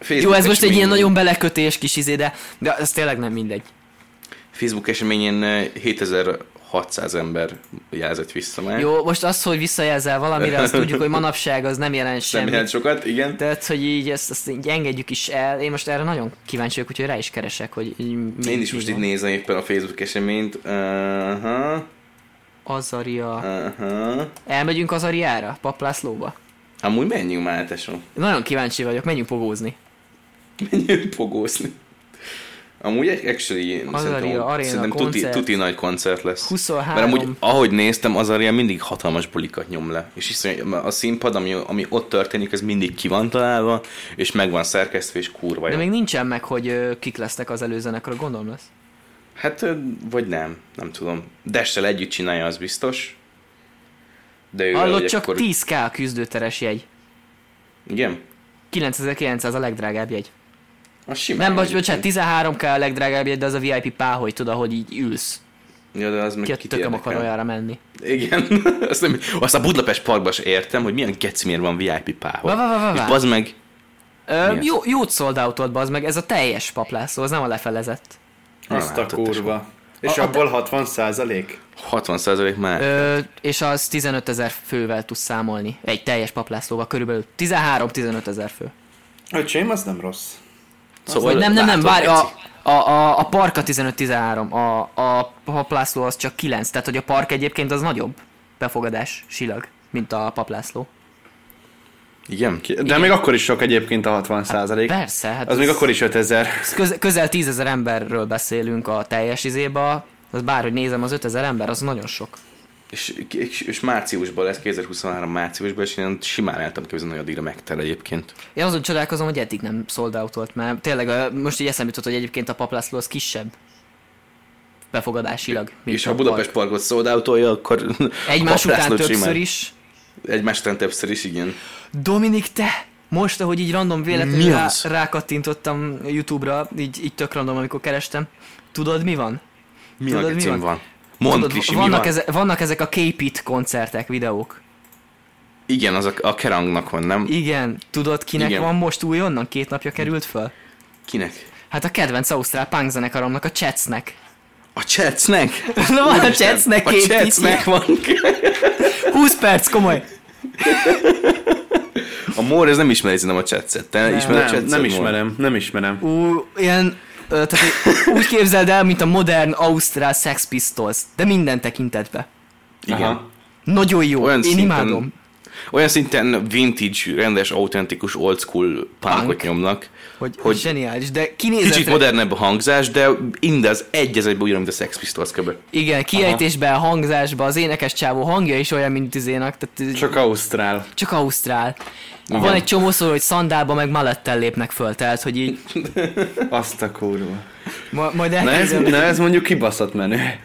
[SPEAKER 1] Jó,
[SPEAKER 4] Facebook
[SPEAKER 1] ez most egy ilyen
[SPEAKER 4] eseményen-
[SPEAKER 1] nagyon belekötés kis izé, de, de ez tényleg nem mindegy.
[SPEAKER 4] Facebook eseményen eh, 7600 ember jelzett vissza már.
[SPEAKER 1] Jó, most az, hogy visszajelzel valamire, azt tudjuk, hogy manapság az nem jelent
[SPEAKER 4] nem
[SPEAKER 1] semmit.
[SPEAKER 4] jelent sokat, igen.
[SPEAKER 1] Tehát, hogy így ezt, ezt így engedjük is el. Én most erre nagyon kíváncsi vagyok, úgyhogy rá is keresek, hogy így mi,
[SPEAKER 4] Én is
[SPEAKER 1] mi
[SPEAKER 4] most
[SPEAKER 1] van.
[SPEAKER 4] itt nézem éppen a Facebook eseményt. Aha,
[SPEAKER 1] Azaria.
[SPEAKER 4] aha.
[SPEAKER 1] Elmegyünk Azariára? Paplászlóba?
[SPEAKER 4] Amúgy menjünk már, tesó.
[SPEAKER 1] Nagyon kíváncsi vagyok, menjünk pogózni.
[SPEAKER 4] Menjünk pogózni. Amúgy egy actually,
[SPEAKER 1] Azaria
[SPEAKER 4] szerintem,
[SPEAKER 1] Arena
[SPEAKER 4] szerintem tuti,
[SPEAKER 1] koncert.
[SPEAKER 4] tuti, nagy koncert lesz.
[SPEAKER 1] 23.
[SPEAKER 4] Mert amúgy, ahogy néztem, az Aria mindig hatalmas bulikat nyom le. És iszony, a színpad, ami, ami ott történik, ez mindig ki van találva, és meg van szerkesztve, és kurva
[SPEAKER 1] De
[SPEAKER 4] jó.
[SPEAKER 1] még nincsen meg, hogy ö, kik lesznek az előzenekarok, gondolom lesz.
[SPEAKER 4] Hát, ö, vagy nem, nem tudom. Dessel együtt csinálja, az biztos. De ő
[SPEAKER 1] Hallod,
[SPEAKER 4] hogy
[SPEAKER 1] csak 10k a küzdőteres jegy.
[SPEAKER 4] Igen?
[SPEAKER 1] 9900 a legdrágább jegy.
[SPEAKER 4] A simán.
[SPEAKER 1] Nem, bocs,
[SPEAKER 4] egyébként.
[SPEAKER 1] bocsánat, 13k a legdrágább jegy, de az a VIP páholy, tudod, hogy így ülsz.
[SPEAKER 4] Ja, de az meg
[SPEAKER 1] Ki a
[SPEAKER 4] kit
[SPEAKER 1] tököm akar
[SPEAKER 4] érdekel.
[SPEAKER 1] olyanra menni.
[SPEAKER 4] Igen. azt, nem, azt a Budapest parkban se értem, hogy milyen gecmiért van VIP pálhol.
[SPEAKER 1] Va, va, va, va,
[SPEAKER 4] És
[SPEAKER 1] va.
[SPEAKER 4] bazd meg,
[SPEAKER 1] Ö,
[SPEAKER 4] Mi
[SPEAKER 1] jó, jót sold out bazd meg, ez a teljes paplászó, az nem a lefelezett.
[SPEAKER 2] Azt a
[SPEAKER 4] látod,
[SPEAKER 2] kurva. És abból 60 százalék?
[SPEAKER 4] 60% már.
[SPEAKER 1] Ö, és az 15 ezer fővel tudsz számolni. Egy teljes paplászlóval körülbelül 13-15 ezer fő.
[SPEAKER 2] Öcsém, az nem rossz.
[SPEAKER 1] Vagy Szóval nem, nem, nem,
[SPEAKER 4] látod,
[SPEAKER 1] várj,
[SPEAKER 4] Szóval Geci.
[SPEAKER 1] a, a, a, a park a 15-13, a, a paplászló az csak 9, tehát hogy a park egyébként az nagyobb befogadás silag, mint a paplászló.
[SPEAKER 4] Igen?
[SPEAKER 2] De még akkor is sok egyébként a 60 százalék.
[SPEAKER 1] Persze, hát
[SPEAKER 2] Az még akkor is 5000.
[SPEAKER 1] ez köz, közel 10 ezer emberről beszélünk a teljes izéba, az bárhogy nézem, az 5 ezer ember, az nagyon sok.
[SPEAKER 4] És, és, és márciusban lesz, 2023 márciusban, és én simán el tudom képzelni, hogy addigra megtel egyébként.
[SPEAKER 1] Én azon csodálkozom, hogy eddig nem sold out volt, mert tényleg ö, most így eszembe jutott, hogy egyébként a paplászló az kisebb befogadásilag. mint
[SPEAKER 4] és ha Budapest
[SPEAKER 1] park.
[SPEAKER 4] Parkot sold out-olja, akkor
[SPEAKER 1] Egymás
[SPEAKER 4] Paplászlót
[SPEAKER 1] után többször
[SPEAKER 4] simán.
[SPEAKER 1] is.
[SPEAKER 4] Egymás után többször is, igen.
[SPEAKER 1] Dominik, te! Most, ahogy így random
[SPEAKER 4] Mi
[SPEAKER 1] véletlenül rá,
[SPEAKER 4] az?
[SPEAKER 1] rákattintottam YouTube-ra, így, így tök random, amikor kerestem. Tudod, mi van?
[SPEAKER 4] Mi
[SPEAKER 1] Tudod,
[SPEAKER 4] a
[SPEAKER 1] mi
[SPEAKER 4] gecén
[SPEAKER 1] van?
[SPEAKER 4] van? Mondd,
[SPEAKER 1] Tudod,
[SPEAKER 4] Krisi, mi
[SPEAKER 1] vannak,
[SPEAKER 4] van?
[SPEAKER 1] eze, vannak ezek a K-Pit koncertek, videók.
[SPEAKER 4] Igen, az a, a kerangnak van, nem?
[SPEAKER 1] Igen, tudod, kinek
[SPEAKER 4] Igen.
[SPEAKER 1] Igen. van most újonnan? Két napja került föl?
[SPEAKER 4] Kinek?
[SPEAKER 1] Hát a kedvenc ausztrál punk zenekaromnak, a Chetsnek.
[SPEAKER 4] A Csetsznek?
[SPEAKER 1] Van a Chetsnek
[SPEAKER 4] A
[SPEAKER 1] K-Pit.
[SPEAKER 4] Csetsznek van.
[SPEAKER 1] 20 perc, komoly.
[SPEAKER 4] A Mór, ez nem ismeri, nem a Csetszet. Te nem, ismered a
[SPEAKER 3] Nem,
[SPEAKER 4] Csetszet,
[SPEAKER 3] nem
[SPEAKER 4] Mór?
[SPEAKER 3] ismerem, nem ismerem.
[SPEAKER 1] Ú, ilyen, ö, tehát hogy úgy képzeld el, mint a modern ausztrál Sex Pistols, de minden tekintetben.
[SPEAKER 4] Igen.
[SPEAKER 3] Aha.
[SPEAKER 1] Nagyon jó,
[SPEAKER 4] Olyan
[SPEAKER 1] én
[SPEAKER 4] szinten-
[SPEAKER 1] imádom.
[SPEAKER 4] Olyan szinten vintage, rendes, autentikus, old school punkot
[SPEAKER 1] Punk.
[SPEAKER 4] nyomnak.
[SPEAKER 1] Hogy, hogy,
[SPEAKER 4] hogy-
[SPEAKER 1] zseniális, de kinézetre...
[SPEAKER 4] Kicsit modernebb a hangzás, de minden az egy az egyben ugyanúgy, mint a Sex Pistols köbö.
[SPEAKER 1] Igen, kiejtésben, hangzásban, az énekes csávó hangja is olyan, mint izénak, tehát csak,
[SPEAKER 3] Csak Ausztrál.
[SPEAKER 1] csak ausztrál. Van egy csomó szó, hogy szandálba meg malettel lépnek föl, tehát hogy így
[SPEAKER 3] Azt a kurva.
[SPEAKER 1] ma, majd
[SPEAKER 3] Na ez,
[SPEAKER 1] elképzelem.
[SPEAKER 3] na ez mondjuk kibaszott menő.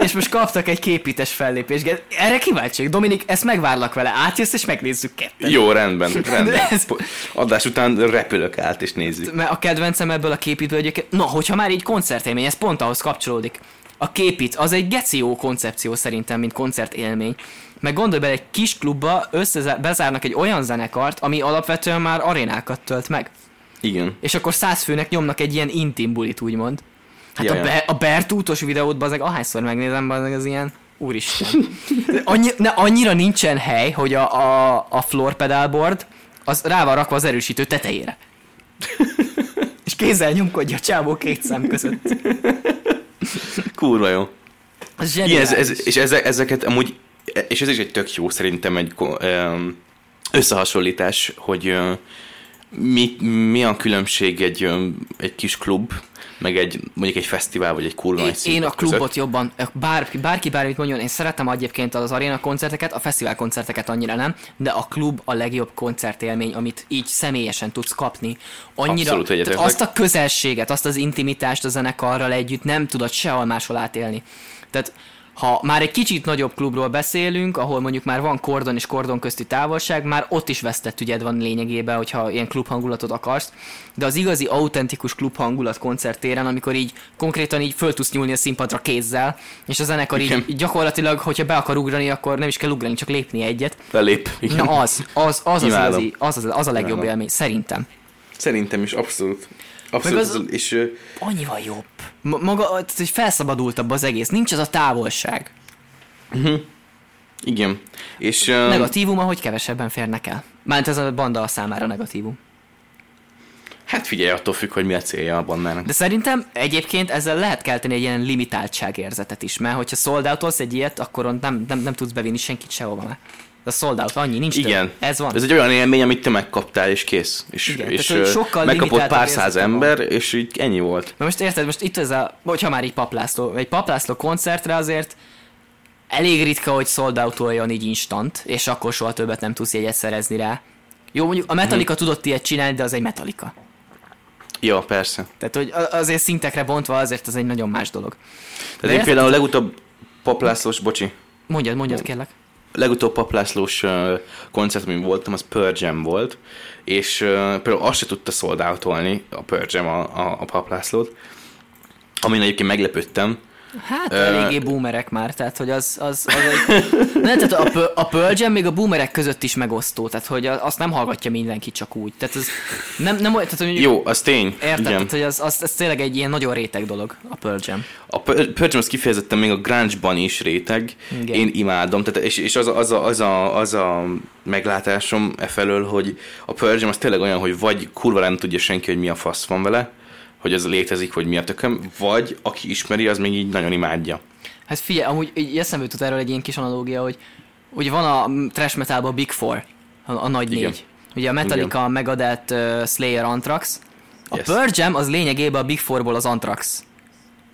[SPEAKER 1] És most kaptak egy képítes fellépést. Ge- Erre kíváncsi vagyok. Dominik, ezt megvárlak vele. Átjössz és megnézzük ketten.
[SPEAKER 4] Jó, rendben, rendben.
[SPEAKER 1] De ez-
[SPEAKER 4] Adás után repülök át és nézzük.
[SPEAKER 1] Mert a kedvencem ebből a képítből egyébként, na, hogyha már így koncertélmény, ez pont ahhoz kapcsolódik. A képít, az egy geci jó koncepció szerintem, mint koncertélmény. Meg gondolj bele, egy kis klubba összezá- bezárnak egy olyan zenekart, ami alapvetően már arénákat tölt meg.
[SPEAKER 4] Igen.
[SPEAKER 1] És akkor száz főnek nyomnak egy ilyen intim bulit, úgymond. Hát
[SPEAKER 4] Ja,
[SPEAKER 1] a,
[SPEAKER 4] ja.
[SPEAKER 1] be- a Bertútos videót, bazeg, ahányszor megnézem, bazeg, az ilyen... Úristen. De Annyi, ne, annyira nincsen hely, hogy a, a, a floor pedalboard az rá van rakva az erősítő tetejére. És kézzel nyomkodja a csávó két szem között.
[SPEAKER 4] Kurva jó.
[SPEAKER 1] Az
[SPEAKER 4] Igen,
[SPEAKER 1] zseniális.
[SPEAKER 4] ez, ez, és ezek, ezeket amúgy, és ez is egy tök jó szerintem egy ko- öm, összehasonlítás, hogy ö, mi, mi a különbség egy, öm, egy kis klub, meg egy, mondjuk egy fesztivál, vagy egy kurva
[SPEAKER 1] Én,
[SPEAKER 4] nagy
[SPEAKER 1] én a
[SPEAKER 4] színpad
[SPEAKER 1] klubot
[SPEAKER 4] között.
[SPEAKER 1] jobban, bár, bárki bármit mondjon, én szeretem egyébként az aréna koncerteket, a fesztivál koncerteket annyira nem, de a klub a legjobb koncertélmény, amit így személyesen tudsz kapni. Annyira,
[SPEAKER 4] Abszolút
[SPEAKER 1] tehát
[SPEAKER 4] egyetértek.
[SPEAKER 1] azt a közelséget, azt az intimitást a zenekarral együtt nem tudod sehol máshol átélni. Tehát ha már egy kicsit nagyobb klubról beszélünk, ahol mondjuk már van kordon és kordon közti távolság, már ott is vesztett ügyed van lényegében, hogyha ilyen klubhangulatot akarsz. De az igazi, autentikus klubhangulat koncertéren, amikor így konkrétan így föl tudsz nyúlni a színpadra kézzel, és a zenekar így,
[SPEAKER 4] Igen.
[SPEAKER 1] így gyakorlatilag, hogyha be akar ugrani, akkor nem is kell ugrani, csak lépni egyet.
[SPEAKER 4] Belép. Igen.
[SPEAKER 1] Na az, az, az, az,
[SPEAKER 4] Imádom.
[SPEAKER 1] az, az, az, az a legjobb
[SPEAKER 4] Imádom.
[SPEAKER 1] élmény, szerintem.
[SPEAKER 4] Szerintem is abszolút. Abszolút.
[SPEAKER 1] Meg az-
[SPEAKER 4] Az... És ö,
[SPEAKER 1] annyival jobb. Ma- Maga, tehát, hogy felszabadultabb az egész, nincs az a távolság.
[SPEAKER 4] igen. És, ö,
[SPEAKER 1] Negatívuma, hogy kevesebben férnek el. Mármint ez a banda számára negatívum.
[SPEAKER 4] hát figyelj, attól függ, hogy mi a célja a bandának.
[SPEAKER 1] De szerintem egyébként ezzel lehet kelteni egy ilyen limitáltságérzetet is, mert hogyha sold outolsz egy ilyet, akkor ott nem, nem, nem tudsz bevinni senkit sehova már. De sold out, annyi, nincs több.
[SPEAKER 4] Igen.
[SPEAKER 1] Ez van.
[SPEAKER 4] Ez egy olyan élmény, amit te megkaptál, és kész. És,
[SPEAKER 1] Igen,
[SPEAKER 4] és
[SPEAKER 1] tehát, hogy
[SPEAKER 4] ö,
[SPEAKER 1] sokkal
[SPEAKER 4] megkapott
[SPEAKER 1] limitáltabb
[SPEAKER 4] pár száz
[SPEAKER 1] érzete van.
[SPEAKER 4] ember, és így ennyi volt.
[SPEAKER 1] Na most érted, most itt ez a, hogyha már így paplászló, egy paplászló koncertre azért elég ritka, hogy sold out olyan így instant, és akkor soha többet nem tudsz jegyet szerezni rá. Jó, mondjuk a Metallica tudott ilyet csinálni, de az egy Metallica.
[SPEAKER 4] Ja, persze.
[SPEAKER 1] Tehát, hogy a- azért szintekre bontva, azért az egy nagyon más dolog.
[SPEAKER 4] Tehát én
[SPEAKER 1] ezt-
[SPEAKER 4] például legutóbb paplászlós, bocsi,
[SPEAKER 1] Mondjad, mondjad, kérlek.
[SPEAKER 4] a legutóbb paplászlós ö, koncert, amin voltam, az Pearl Jam volt, és ö, például azt se tudta sold out-olni a Pearl Jam a, a, a paplászlót, amin egyébként meglepődtem.
[SPEAKER 1] Hát
[SPEAKER 4] Ö,
[SPEAKER 1] eléggé boomerek már, tehát hogy az, az, az egy... Nem, tehát a, Pe- a Pearl Jam még a boomerek között is megosztó, tehát hogy a- azt nem hallgatja mindenki csak úgy. Tehát ez nem, nem olyan, tehát hogy mondjuk-
[SPEAKER 4] Jó, az tény.
[SPEAKER 1] Érted,
[SPEAKER 4] igen.
[SPEAKER 1] tehát, hogy az, az, ez tényleg egy ilyen nagyon réteg dolog, a Pearl Jam.
[SPEAKER 4] A Pur- Pearl Jam az kifejezetten még a grunge-ban is réteg.
[SPEAKER 1] Igen.
[SPEAKER 4] Én imádom. Tehát, és, és az, a, az, a, az, a, az a meglátásom e felől, hogy a Pearl Jam az tényleg olyan, hogy vagy kurva nem tudja senki, hogy mi a fasz van vele, hogy az létezik, hogy mi a tököm, vagy aki ismeri, az még így nagyon imádja.
[SPEAKER 1] Hát figyelj, amúgy így eszembe jutott erről egy ilyen kis analógia, hogy ugye van a mm, trash metalban a Big Four, a, a nagy
[SPEAKER 4] Igen.
[SPEAKER 1] négy. Ugye a Metallica, a Megadeth, uh, Slayer, Anthrax. A
[SPEAKER 4] Yes.
[SPEAKER 1] Pearl Jam az lényegében a Big Fourból az Anthrax.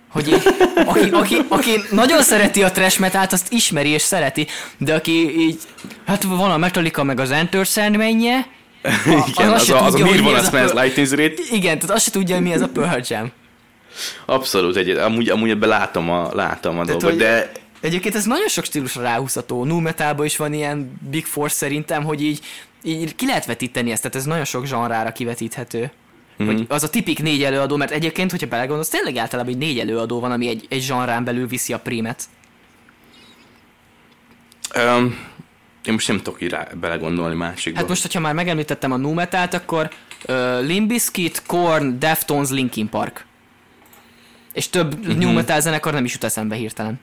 [SPEAKER 1] Hogy így, aki, aki, aki, nagyon szereti a trash metalt, azt ismeri és szereti, de aki így, hát van a Metallica meg az Enter Sandman-je,
[SPEAKER 4] Igen, az,
[SPEAKER 1] se
[SPEAKER 4] a, az a
[SPEAKER 1] tudja,
[SPEAKER 4] miért
[SPEAKER 1] hogy
[SPEAKER 4] van
[SPEAKER 1] mi
[SPEAKER 4] a
[SPEAKER 1] ez a
[SPEAKER 4] Smells
[SPEAKER 1] Pearl-
[SPEAKER 4] Like Teen Spirit?
[SPEAKER 1] Igen, tehát azt se tudja, hogy mi ez a Pearl Jam.
[SPEAKER 4] Abszolút egyet. Amúgy, amúgy ebben látom a, látom a dolgot,
[SPEAKER 1] hogy-
[SPEAKER 4] de
[SPEAKER 1] Egyébként ez nagyon sok stílusra ráhúzható. Nu metalban is van ilyen Big Four szerintem, hogy így, így ki lehet vetíteni ezt, tehát ez nagyon sok zsanrára kivetíthető. Mm-hmm. Hogy az a tipik négy előadó, mert egyébként, hogyha belegondolsz, tényleg általában így négy előadó van, ami egy, egy zsanrán belül viszi a prímet.
[SPEAKER 4] um, én most nem tudok így rá belegondolni másikba.
[SPEAKER 1] Hát most, hogyha már megemlítettem a nu metalt, akkor uh, Limbiskit, Korn, Deftones, Linkin Park. És több mm-hmm. new metal zenekar nem is jut eszembe hirtelen.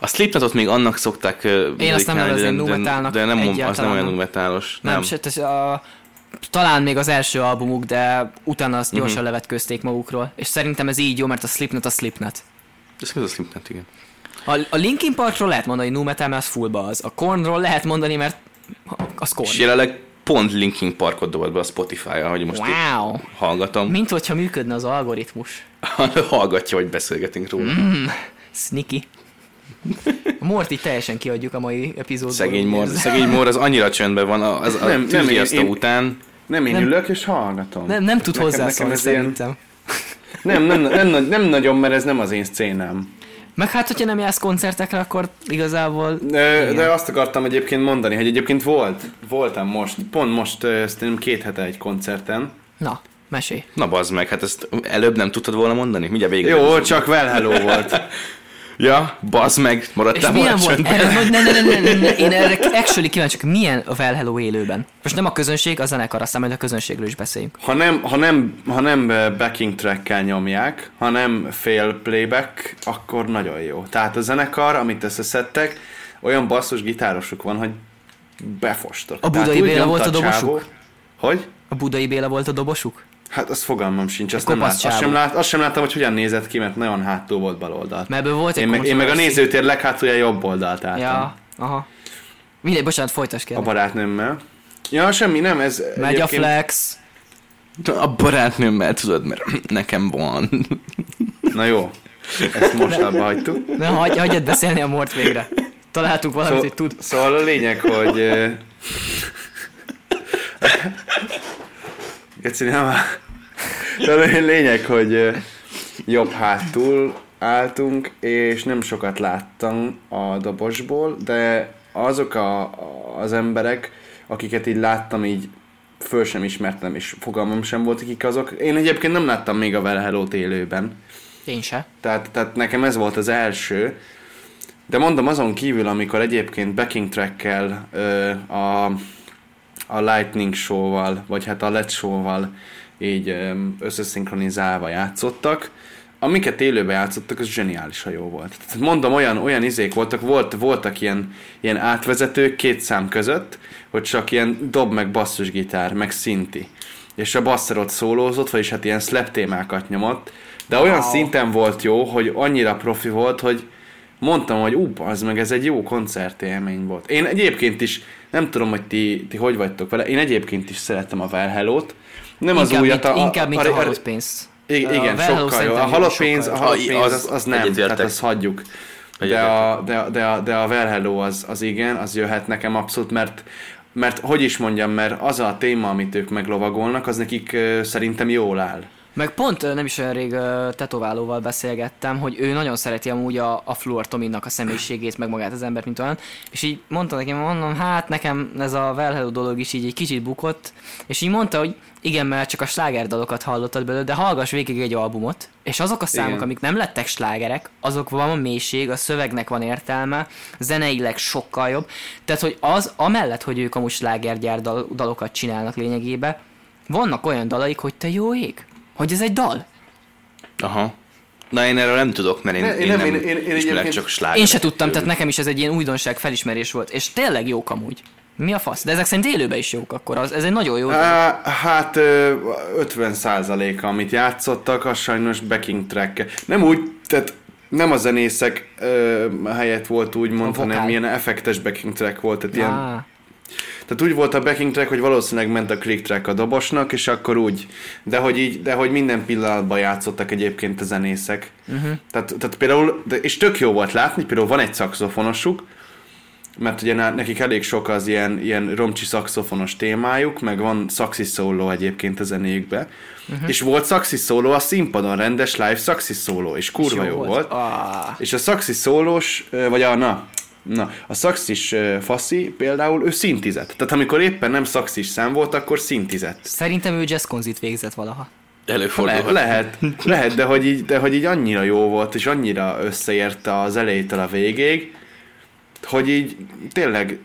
[SPEAKER 4] A Slipknotot még annak szokták ö,
[SPEAKER 1] Én azt nem
[SPEAKER 4] dedikálni, de-
[SPEAKER 1] nevezném
[SPEAKER 4] de-
[SPEAKER 1] nu-metálnak
[SPEAKER 4] De nem, az nem
[SPEAKER 1] egyáltalán
[SPEAKER 4] olyan
[SPEAKER 1] nem.
[SPEAKER 4] numetálos.
[SPEAKER 1] Nem, nem. sőt, ez a, talán még az első albumuk, de utána azt gyorsan
[SPEAKER 4] Mhm.
[SPEAKER 1] uh-huh. levetkőzték magukról. És szerintem ez így jó, mert a Slipknot a Slipknot.
[SPEAKER 4] Ez az a Slipknot, igen.
[SPEAKER 1] A, a Linkin Parkról lehet mondani, hogy nu metal, mert az fullba az. A Kornról lehet mondani, mert az Korn.
[SPEAKER 4] És jelenleg pont Linkin Parkot dobott be a Spotify-ra, hogy most wow.
[SPEAKER 1] Wow!
[SPEAKER 4] hallgatom.
[SPEAKER 1] Mint hogyha működne az algoritmus.
[SPEAKER 4] Hallgatja, hogy beszélgetünk róla.
[SPEAKER 1] Hmm.
[SPEAKER 4] Mm,
[SPEAKER 1] Sneaky. A Morty teljesen kiadjuk a mai epizódból.
[SPEAKER 4] szegény
[SPEAKER 1] úgy
[SPEAKER 4] mor,
[SPEAKER 1] érzem.
[SPEAKER 4] szegény mor az annyira csöndben van, a- az a
[SPEAKER 3] Nem,
[SPEAKER 4] nem,
[SPEAKER 3] nem, én- én-
[SPEAKER 4] után.
[SPEAKER 3] Nem, én
[SPEAKER 1] Nem.
[SPEAKER 3] ülök és hallgatom.
[SPEAKER 1] Nem, nem tud
[SPEAKER 3] Nekem-
[SPEAKER 1] hozzászólni
[SPEAKER 3] nekem ez ilyen-
[SPEAKER 1] szerintem.
[SPEAKER 3] Nem, nem, nem, nem, nem nagyon, mert ez nem az én szénám.
[SPEAKER 1] Meg hát, hogyha nem jársz koncertekre, akkor igazából...
[SPEAKER 3] De,
[SPEAKER 1] Igen.
[SPEAKER 3] de azt akartam egyébként mondani, hogy egyébként volt, voltam most, pont most ö, szerintem két hete egy koncerten.
[SPEAKER 1] Na, mesélj.
[SPEAKER 4] Na bazd meg, hát ezt előbb nem tudtad volna mondani? Mindjárt végig.
[SPEAKER 3] Jó, csak well hello volt.
[SPEAKER 4] Ja, bazd meg,
[SPEAKER 1] És
[SPEAKER 4] maradtam
[SPEAKER 1] milyen
[SPEAKER 4] volna
[SPEAKER 1] volt?
[SPEAKER 4] csöndben.
[SPEAKER 1] Erre, ne, ne, ne, ne, ne, ne, én erre actually kíváncsi, vagyok, milyen a Well Hello élőben. Most nem a közönség, a zenekar, aztán majd a közönségről is beszéljünk.
[SPEAKER 3] Ha nem, ha nem, ha nem backing track nyomják, hanem fail playback, akkor nagyon jó. Tehát a zenekar, amit összeszedtek, olyan basszus gitárosuk van, hogy befostok.
[SPEAKER 1] A
[SPEAKER 3] Tehát
[SPEAKER 1] Budai
[SPEAKER 3] úgy
[SPEAKER 1] Béla
[SPEAKER 3] nyomta
[SPEAKER 1] volt a dobosuk?
[SPEAKER 3] csávó- Hogy?
[SPEAKER 1] A Budai Béla volt a dobosuk?
[SPEAKER 3] Hát az fogalmam sincs, azt,
[SPEAKER 1] Egy
[SPEAKER 3] nem lát,
[SPEAKER 1] kopasz
[SPEAKER 3] azt, sem
[SPEAKER 1] csávó.
[SPEAKER 3] lát, azt sem láttam, hogy hogyan nézett ki, mert nagyon hátul volt bal oldalt.
[SPEAKER 1] Mert ebből volt egy
[SPEAKER 3] Én meg, én meg a
[SPEAKER 1] controversy.
[SPEAKER 3] nézőtér leghátulja jobb oldalt álltam.
[SPEAKER 1] Ja, aha. Mindegy, bocsánat, folytasd
[SPEAKER 3] A
[SPEAKER 1] kérlek.
[SPEAKER 3] barátnőmmel. Ja, semmi, nem, ez
[SPEAKER 1] Megy a flex.
[SPEAKER 4] A barátnőmmel tudod, mert nekem van.
[SPEAKER 3] Na jó, ezt most abba hagytuk.
[SPEAKER 1] Ne hagyj, hagyjad beszélni a mort végre. Találtuk valamit,
[SPEAKER 3] Szó-
[SPEAKER 1] hogy tud.
[SPEAKER 3] Szóval a lényeg, hogy... ö, Geci, nem áll. De a lényeg, hogy ö, jobb hátul álltunk, és nem sokat láttam a dobosból, de azok a, az emberek, akiket így láttam, így föl sem ismertem, és fogalmam sem volt, kik azok. Én egyébként nem láttam még a Well Hello-t élőben.
[SPEAKER 1] Én se.
[SPEAKER 3] Tehát, tehát nekem ez volt az első. De mondom, azon kívül, amikor egyébként backing track-kel, ö, a, a Lightning Show-val, vagy hát a LED Show-val így ö, összeszinkronizálva játszottak, amiket élőben játszottak, az zseniálisan jó volt. Tehát mondom, olyan, olyan izék voltak, volt, voltak ilyen, ilyen átvezetők két szám között, hogy csak ilyen dob meg basszusgitár, meg szinti. És a basszer ott szólózott, vagyis hát ilyen slap témákat nyomott, de olyan wow. szinten volt jó, hogy annyira profi volt, hogy mondtam, hogy ú, az meg ez egy jó koncertélmény volt. Én egyébként is, nem tudom, hogy ti, ti hogy vagytok vele, én egyébként is szeretem a Well Hello-t. Nem az
[SPEAKER 1] Inkább,
[SPEAKER 3] újat,
[SPEAKER 1] mint,
[SPEAKER 3] a,
[SPEAKER 1] inkább, mint a, halott
[SPEAKER 3] a,
[SPEAKER 1] pénz.
[SPEAKER 3] igen, igen
[SPEAKER 1] Well Hello
[SPEAKER 3] sokkal jó. A
[SPEAKER 1] szerintem
[SPEAKER 3] halott pénz, a
[SPEAKER 1] sokkal
[SPEAKER 3] halott
[SPEAKER 4] Ah,
[SPEAKER 3] pénz,
[SPEAKER 4] az-
[SPEAKER 3] az, az nem,
[SPEAKER 4] egyetértek.
[SPEAKER 3] tehát azt hagyjuk. De
[SPEAKER 4] Egyetértek.
[SPEAKER 3] a, de, a- de, a, de a Well Hello az, az igen, az jöhet nekem abszolút, mert mert hogy is mondjam, mert az a téma, amit ők meglovagolnak, az nekik ö, szerintem jól áll.
[SPEAKER 1] Meg pont ö, nem is olyan rég ö, tetoválóval beszélgettem, hogy ő nagyon szereti amúgy a, a Fluor Tominnak a személyiségét, meg magát az embert, mint olyan, és így mondta nekem, mondom, hát nekem ez a Well Hello dolog is így egy kicsit bukott, és így mondta, hogy igen, mert csak a slágerdalokat hallottad belőle, de hallgass végig egy albumot, és azok a számok,
[SPEAKER 3] Igen.
[SPEAKER 1] amik nem lettek slágerek, azok van mélység, a szövegnek van értelme, zeneileg sokkal jobb, tehát hogy az, amellett, hogy ők amúgy slágergyár dal- dalokat csinálnak lényegében, vannak olyan dalaik, hogy te jó ég, hogy ez egy dal.
[SPEAKER 3] Hát
[SPEAKER 4] Aha. Na én erről nem tudok, mert én,
[SPEAKER 3] Ne,
[SPEAKER 4] én, nem, én, én, én ismerek
[SPEAKER 3] egyébként-
[SPEAKER 4] csak slágert.
[SPEAKER 1] Én se tudtam, tehát nekem is ez egy ilyen újdonság felismerés volt, és tényleg jók amúgy. Mi a fasz? De ezek szerint élőben is jók akkor, az, ez egy nagyon jó dolog.
[SPEAKER 3] Á, Hát ö, 50 a amit játszottak, az sajnos backing track Nem úgy, tehát nem a zenészek ö, helyett volt úgymond,
[SPEAKER 1] A vokál.
[SPEAKER 3] hanem ilyen effektes backing track volt, tehát ilyen
[SPEAKER 1] Á,
[SPEAKER 3] Tehát úgy volt a backing track, hogy valószínűleg ment a click track a dobosnak, és akkor úgy, de hogy, így, de hogy minden pillanatban játszottak egyébként a zenészek.
[SPEAKER 1] Mhm.
[SPEAKER 3] Uh-huh. Tehát, tehát például, de, és tök jó volt látni, például van egy szaxofonosuk, mert ugye ná- nekik elég sok az ilyen, ilyen romcsi szaxofonos témájuk, meg van szaxi szóló egyébként a zenéjükbe.
[SPEAKER 1] Mhm.
[SPEAKER 3] Uh-huh. És volt szaxi szóló a színpadon, rendes live szaxi szóló, és
[SPEAKER 1] És
[SPEAKER 3] kurva jó,
[SPEAKER 1] jó
[SPEAKER 3] jó
[SPEAKER 1] volt.
[SPEAKER 3] volt. volt.
[SPEAKER 1] Ah.
[SPEAKER 3] És a szaxi szólós, ö, vagy a na, na, a szaxis ö, faszi például ő szintizett. Tehát amikor éppen nem szaxis szám volt, akkor szintizett.
[SPEAKER 1] Szerintem ő jazzkonzit végzett valaha.
[SPEAKER 4] Előfordulhat.
[SPEAKER 3] Le, lehet, lehet de, hogy így, de hogy így annyira jó volt, és annyira összeérte az elejétől a végéig, hogy így tényleg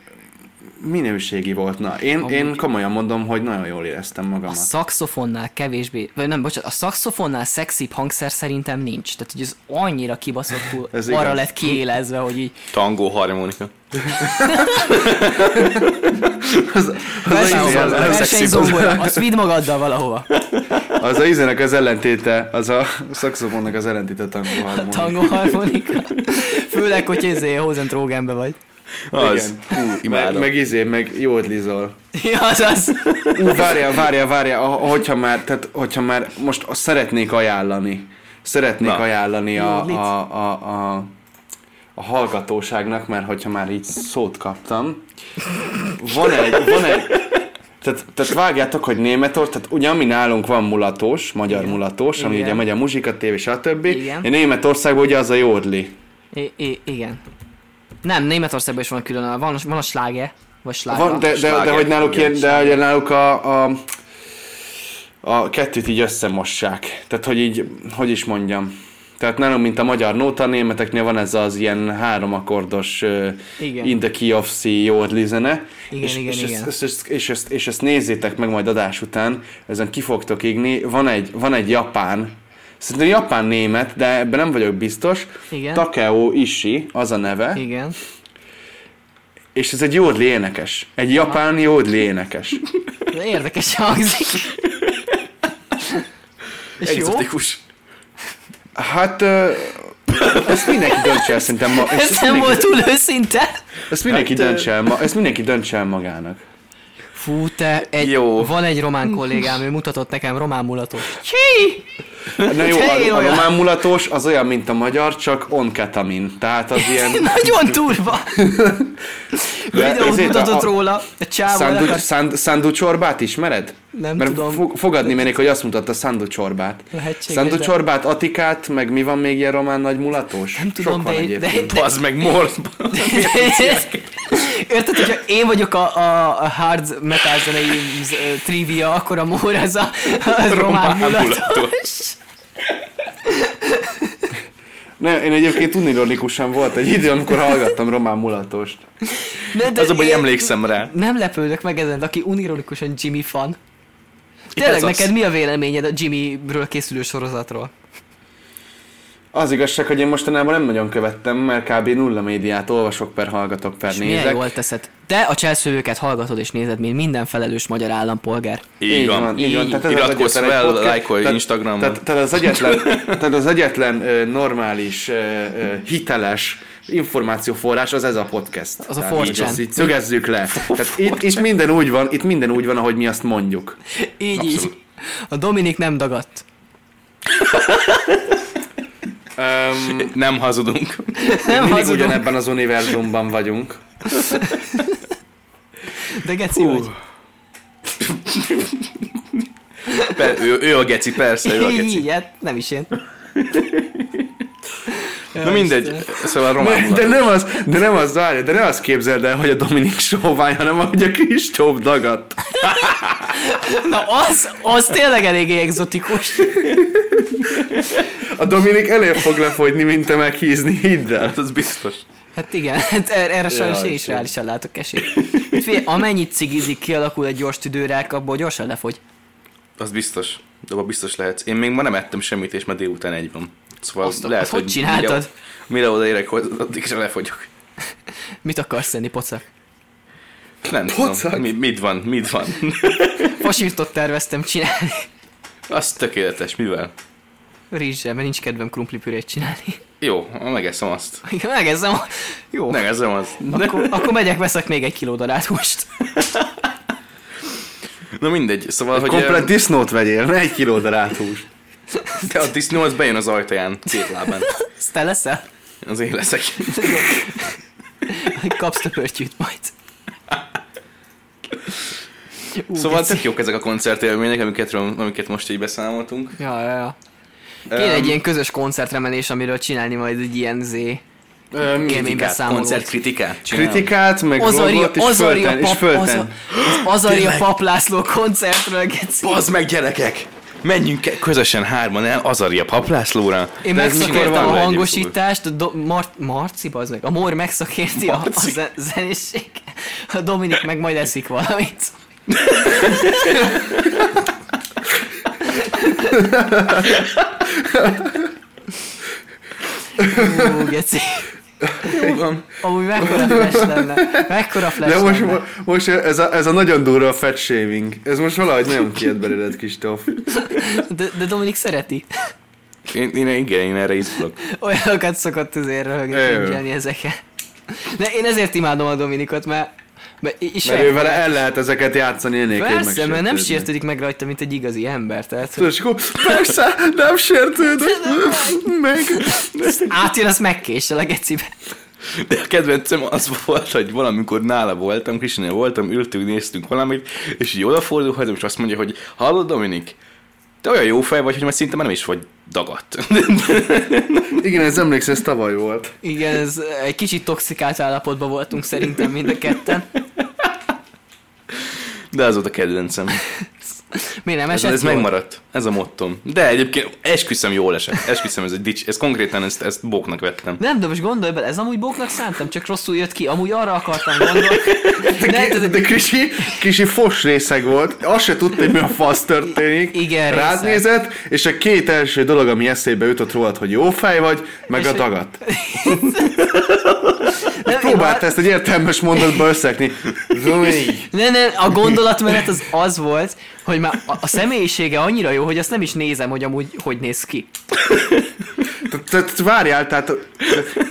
[SPEAKER 3] minőségi volt. Na, én, én komolyan mondom, hogy nagyon jól éreztem
[SPEAKER 1] A
[SPEAKER 3] magamat.
[SPEAKER 1] szaxofonnál kevésbé, vagy nem, bocsánat, a szaxofonnál szexibb hangszer szerintem nincs. Tehát, hogy ez annyira kibaszottul
[SPEAKER 3] Ez
[SPEAKER 1] arra
[SPEAKER 3] igaz.
[SPEAKER 1] lett kiélezve, hogy így
[SPEAKER 4] Tangó harmonika.
[SPEAKER 1] verseny-
[SPEAKER 3] ilyen- nem
[SPEAKER 1] versenyzongora, azt vidd magaddal valahova.
[SPEAKER 3] Az a ízenek az ellentéte, az a szaxofonnak az ellentéte a tangó harmonika.
[SPEAKER 1] Tangó harmonika. Főleg, hogy érzé, Hozen Trógenbe vagy.
[SPEAKER 4] Az. Hú,
[SPEAKER 3] Meg,
[SPEAKER 4] imádom.
[SPEAKER 3] meg izé, meg jót lizol.
[SPEAKER 1] Ja, az az.
[SPEAKER 3] Ú, várjál, várjál, várjál, ah, hogyha már, tehát, hogyha már most azt szeretnék ajánlani, szeretnék
[SPEAKER 4] Na.
[SPEAKER 3] Na. ajánlani a,
[SPEAKER 1] Jó,
[SPEAKER 3] a, a, a, a hallgatóságnak, mert hogyha már így szót kaptam, van egy, van egy, tehát, tehát vágjátok, hogy Németor, tehát ugye ami nálunk van mulatós, magyar Igen. mulatós, ami
[SPEAKER 1] Igen.
[SPEAKER 3] Igen. ugye megy a muzsika tévé, stb.
[SPEAKER 1] Igen.
[SPEAKER 3] Igen. Németországban ugye az a jódli.
[SPEAKER 1] I- I- igen. Nem, Németországban is van külön, a- van, van a sláge, vagy slága.
[SPEAKER 3] Van, de, de, de,
[SPEAKER 4] sláger,
[SPEAKER 3] hogy náluk,
[SPEAKER 4] igen,
[SPEAKER 3] ilyen, de hogy náluk a, a, a kettőt így összemossák. Tehát, hogy így, hogy is mondjam. Tehát nálunk, mint a magyar nóta, a németeknél van ez az ilyen három akkordos ö,
[SPEAKER 1] Igen.
[SPEAKER 3] In the Key of C Jodli zene.
[SPEAKER 1] Igen,
[SPEAKER 3] és,
[SPEAKER 1] igen,
[SPEAKER 3] és,
[SPEAKER 1] igen.
[SPEAKER 3] Ezt, és, ezt, és, ezt, és ezt nézzétek meg majd adás után, ezen ki fogtok igni. Van egy, van egy japán, szerintem japán-német, de ebben nem vagyok biztos.
[SPEAKER 1] Igen.
[SPEAKER 3] Takeo Ishi, az a neve.
[SPEAKER 1] Igen.
[SPEAKER 3] És ez egy jódli énekes. Egy japán jódli énekes.
[SPEAKER 1] Érdekes hangzik. És jó?
[SPEAKER 4] Egzotikus.
[SPEAKER 3] Hát, ö, ezt mindenki döntse el szerintem ma. Ezt,
[SPEAKER 1] Ez
[SPEAKER 3] ezt
[SPEAKER 1] nem
[SPEAKER 3] mindenki,
[SPEAKER 1] volt túl őszinte.
[SPEAKER 3] ezt mindenki
[SPEAKER 4] Hát, ö,
[SPEAKER 3] döntse el ma, ezt mindenki döntse el magának.
[SPEAKER 1] Fú, te, egy,
[SPEAKER 4] Jó.
[SPEAKER 1] van egy román kollégám, ő mutatott nekem román mulatot. Hí!
[SPEAKER 3] Hát, Na jó,
[SPEAKER 1] Te én
[SPEAKER 3] a, a
[SPEAKER 1] olyan.
[SPEAKER 3] román mulatos az olyan, mint a magyar, csak onketamin. Tehát az ilyen...
[SPEAKER 1] Nagyon durva!
[SPEAKER 3] De
[SPEAKER 1] Videót
[SPEAKER 3] ezért a-
[SPEAKER 1] mutatott
[SPEAKER 3] a-
[SPEAKER 1] róla, a csávó
[SPEAKER 3] Szándu,
[SPEAKER 1] elakart-
[SPEAKER 3] szánd, szándu csorbát ismered?
[SPEAKER 1] Nem
[SPEAKER 3] Mert
[SPEAKER 1] tudom.
[SPEAKER 3] fo- fogadni mennék, hogy azt mutatta Szándu csorbát.
[SPEAKER 1] Lehetséges,
[SPEAKER 3] Szándu
[SPEAKER 1] de-
[SPEAKER 3] csorbát, Atikát, meg mi van még ilyen román nagy mulatos?
[SPEAKER 1] Nem tudom,
[SPEAKER 3] Sok van
[SPEAKER 1] de, de,
[SPEAKER 3] egyébként.
[SPEAKER 1] de,
[SPEAKER 4] Az meg morsz.
[SPEAKER 1] Érted, hogyha én vagyok a, a, a hard metal zenei z- ö, trivia, akkor a mór az a, a román mulatos.
[SPEAKER 3] Ne, én egyébként unironikusan volt egy idő, amikor hallgattam román mulatost.
[SPEAKER 1] Ne, de
[SPEAKER 4] Az a baj,
[SPEAKER 1] én
[SPEAKER 4] emlékszem rá.
[SPEAKER 1] Nem lepődök meg ezen, aki unironikusan Jimmy fan. Tényleg
[SPEAKER 4] az.
[SPEAKER 1] neked mi a véleményed a Jimmyről készülő sorozatról?
[SPEAKER 3] Az igazság, hogy én mostanában nem nagyon követtem, mert kb. nulla médiát olvasok per hallgatok
[SPEAKER 4] Hát
[SPEAKER 3] per
[SPEAKER 1] És milyen
[SPEAKER 3] nézek.
[SPEAKER 1] jól teszed? Te a cselszövőket hallgatod és nézed, mint minden felelős magyar állampolgár.
[SPEAKER 4] Így van.
[SPEAKER 3] így van.
[SPEAKER 1] Így.
[SPEAKER 3] Tehát ez az
[SPEAKER 4] Iratkozz
[SPEAKER 3] egyetlen egy
[SPEAKER 4] fel,
[SPEAKER 3] podcast-
[SPEAKER 4] lájkolj
[SPEAKER 3] tehát-
[SPEAKER 4] Instagramon.
[SPEAKER 3] Tehát, tehát az egyetlen, tehát az egyetlen ö, normális, ö, ö, hiteles információforrás az ez a podcast.
[SPEAKER 1] Az a
[SPEAKER 3] Tehát így
[SPEAKER 1] 4chan.
[SPEAKER 3] ezt így szögezzük le. Tehát itt, itt minden úgy van, itt minden úgy van, ahogy mi azt mondjuk.
[SPEAKER 1] Így, így. A Dominik nem dagadt.
[SPEAKER 3] Um,
[SPEAKER 4] Nem hazudunk.
[SPEAKER 1] Nem
[SPEAKER 3] mindig
[SPEAKER 1] hazudom,
[SPEAKER 3] ugyanebben az univerzumban vagyunk.
[SPEAKER 1] de geci vagy.
[SPEAKER 4] Per, ő, ő a geci, persze, ő a
[SPEAKER 1] Így,
[SPEAKER 4] geci.
[SPEAKER 1] így, hát nem is én.
[SPEAKER 4] Na mindegy, szóval román
[SPEAKER 3] Ne,
[SPEAKER 4] mulató.
[SPEAKER 3] de nem az, de nem az, várj, de nem azt képzeld el, hogy a Dominik sovány, hanem ahogy a Kristóf dagadt.
[SPEAKER 1] Na az, az tényleg eléggé egzotikus.
[SPEAKER 3] A Dominik előbb fog lefogyni, mint te meghízni, hidd el.
[SPEAKER 4] Hát az biztos.
[SPEAKER 1] Hát igen, hát er- erre sajnos én is
[SPEAKER 3] Istenem.
[SPEAKER 1] reálisan látok esélyt. Hát Figyelj, amennyit cigizik, kialakul egy gyors tüdőrák, abból gyorsan lefogy.
[SPEAKER 4] Az biztos. De abban biztos lehetsz. Én még ma nem ettem semmit, és már délután egy van. Szóval
[SPEAKER 1] Azt-
[SPEAKER 4] lehet,
[SPEAKER 1] azt hogy
[SPEAKER 4] hogy
[SPEAKER 1] csináltad?
[SPEAKER 4] Mire, mire odaérek, hogy addig is lefogyok.
[SPEAKER 1] Mit akarsz enni, pocak?
[SPEAKER 4] Nem tudom. Mi, mit van, mit van.
[SPEAKER 1] Fasírtot terveztem csinálni.
[SPEAKER 4] Az tökéletes, mivel?
[SPEAKER 1] Rizssel, mert nincs kedvem krumplipürét csinálni.
[SPEAKER 4] Jó, megeszem azt.
[SPEAKER 1] Igen, Megezem. a- Jó.
[SPEAKER 4] Megeszem azt.
[SPEAKER 1] Akkor, akkor megyek, veszek még egy kiló darált húst.
[SPEAKER 4] Na mindegy, szóval, hogy...
[SPEAKER 3] Komplet
[SPEAKER 4] ö,
[SPEAKER 3] disznót vegyél, ne egy kiló darát húst.
[SPEAKER 4] de a disznó az bejön az ajtaján, két lábán.
[SPEAKER 1] Ezt te leszel?
[SPEAKER 4] Az én leszek.
[SPEAKER 1] Kapsz töpörtyűt majd. Ú,
[SPEAKER 4] Szóval
[SPEAKER 1] vicc.
[SPEAKER 4] tök jók ezek a koncertélmények, amiket, amiket most így beszámoltunk.
[SPEAKER 1] Ja, ja, ja. Kéne
[SPEAKER 4] Öm.
[SPEAKER 1] egy ilyen közös koncertre menés, amiről célni majd egy ilyen zé. Élménybeszámolót.
[SPEAKER 4] koncertkritikát csinálunk.
[SPEAKER 3] Kritikát, meg
[SPEAKER 1] Azaria,
[SPEAKER 3] vlogot, és
[SPEAKER 1] Azaria
[SPEAKER 3] fölten, és
[SPEAKER 1] pap, Aza-
[SPEAKER 3] fölten.
[SPEAKER 1] az Azaria pap László koncertről, geci.
[SPEAKER 4] Bazd meg gyerekek! Menjünk ke- közösen hárman el Azaria paplászlóra.
[SPEAKER 1] Én
[SPEAKER 4] De ez mikor
[SPEAKER 1] megszakértem
[SPEAKER 4] van?
[SPEAKER 1] a
[SPEAKER 4] Egyéb
[SPEAKER 1] hangosítást, do, Mar- Marci, bazd meg, a Mór megszakérti a, a
[SPEAKER 4] Marci.
[SPEAKER 1] zen- zenéség, a Dominik meg majd eszik valamit. Ú, geci. Amúgy mekkora flash lenne, mekkora flash
[SPEAKER 3] De most,
[SPEAKER 1] lenne.
[SPEAKER 3] most ez, a, ez a nagyon durva a fat shaving. Ez most valahogy nem kijött belőled, Kristóf.
[SPEAKER 1] De, de Dominik szereti.
[SPEAKER 4] szó. Én, én, igen, én erre izgulok.
[SPEAKER 1] Olyanokat szokott azért
[SPEAKER 3] Ő.
[SPEAKER 1] röhögni ezeken. De én ezért imádom a Dominikot, mert, mert is
[SPEAKER 3] Mert ő vele el lehet ezeket játszani enélkül, hogy
[SPEAKER 1] Persze, mert nem
[SPEAKER 3] megsértődni.
[SPEAKER 1] sértődik meg rajta, mint egy igazi ember. Tehát, hogy
[SPEAKER 3] Tudod, és akkor persze, nem sértődök. Meg.
[SPEAKER 1] átjön, azt megkésel a gecibe.
[SPEAKER 4] De a kedvencem az volt, hogy valamikor nála voltam, Krisztinél voltam, ültünk, néztünk valamit, és így odafordulhatom, és azt mondja, hogy hallod Dominik? Te olyan jó fej vagy, hogy már szinte már nem is vagy dagadt.
[SPEAKER 3] Igen, ez emlékszel, ez tavaly volt.
[SPEAKER 1] Igen, ez egy kicsit toxikált állapotban voltunk szerintem mind a ketten.
[SPEAKER 4] De az volt a kedvencem.
[SPEAKER 1] Miért nem
[SPEAKER 4] Ez,
[SPEAKER 1] esett
[SPEAKER 4] ez
[SPEAKER 1] jól?
[SPEAKER 4] megmaradt. Ez a mottom. De egyébként esküszöm jól esett. Esküszöm, ez egy dics. Ez konkrétan ezt, ezt bóknak vettem.
[SPEAKER 1] Nem, de most gondolj bele, ez amúgy bóknak szántam, csak rosszul jött ki, amúgy arra akartam gondolni. Ne,
[SPEAKER 3] De,
[SPEAKER 1] tudod,
[SPEAKER 3] de Krisi, Krisi fos részeg volt, azt se tudta, hogy mi a fasz történik.
[SPEAKER 1] Igen,
[SPEAKER 3] Rád
[SPEAKER 1] részeg.
[SPEAKER 3] nézett, és a két első dolog, ami eszébe jutott rólad, hogy jó fej vagy, meg
[SPEAKER 1] És
[SPEAKER 3] a
[SPEAKER 1] hogy-
[SPEAKER 3] dagat.
[SPEAKER 1] nem,
[SPEAKER 3] Próbált
[SPEAKER 1] én-
[SPEAKER 3] ezt egy értelmes mondatba összekni. Zoli.
[SPEAKER 1] Ne, ne, a gondolatmenet az az volt, hogy már a, a személyisége annyira jó, hogy azt nem is nézem, hogy amúgy hogy néz ki.
[SPEAKER 3] Tehát- Tehát várjál, tehát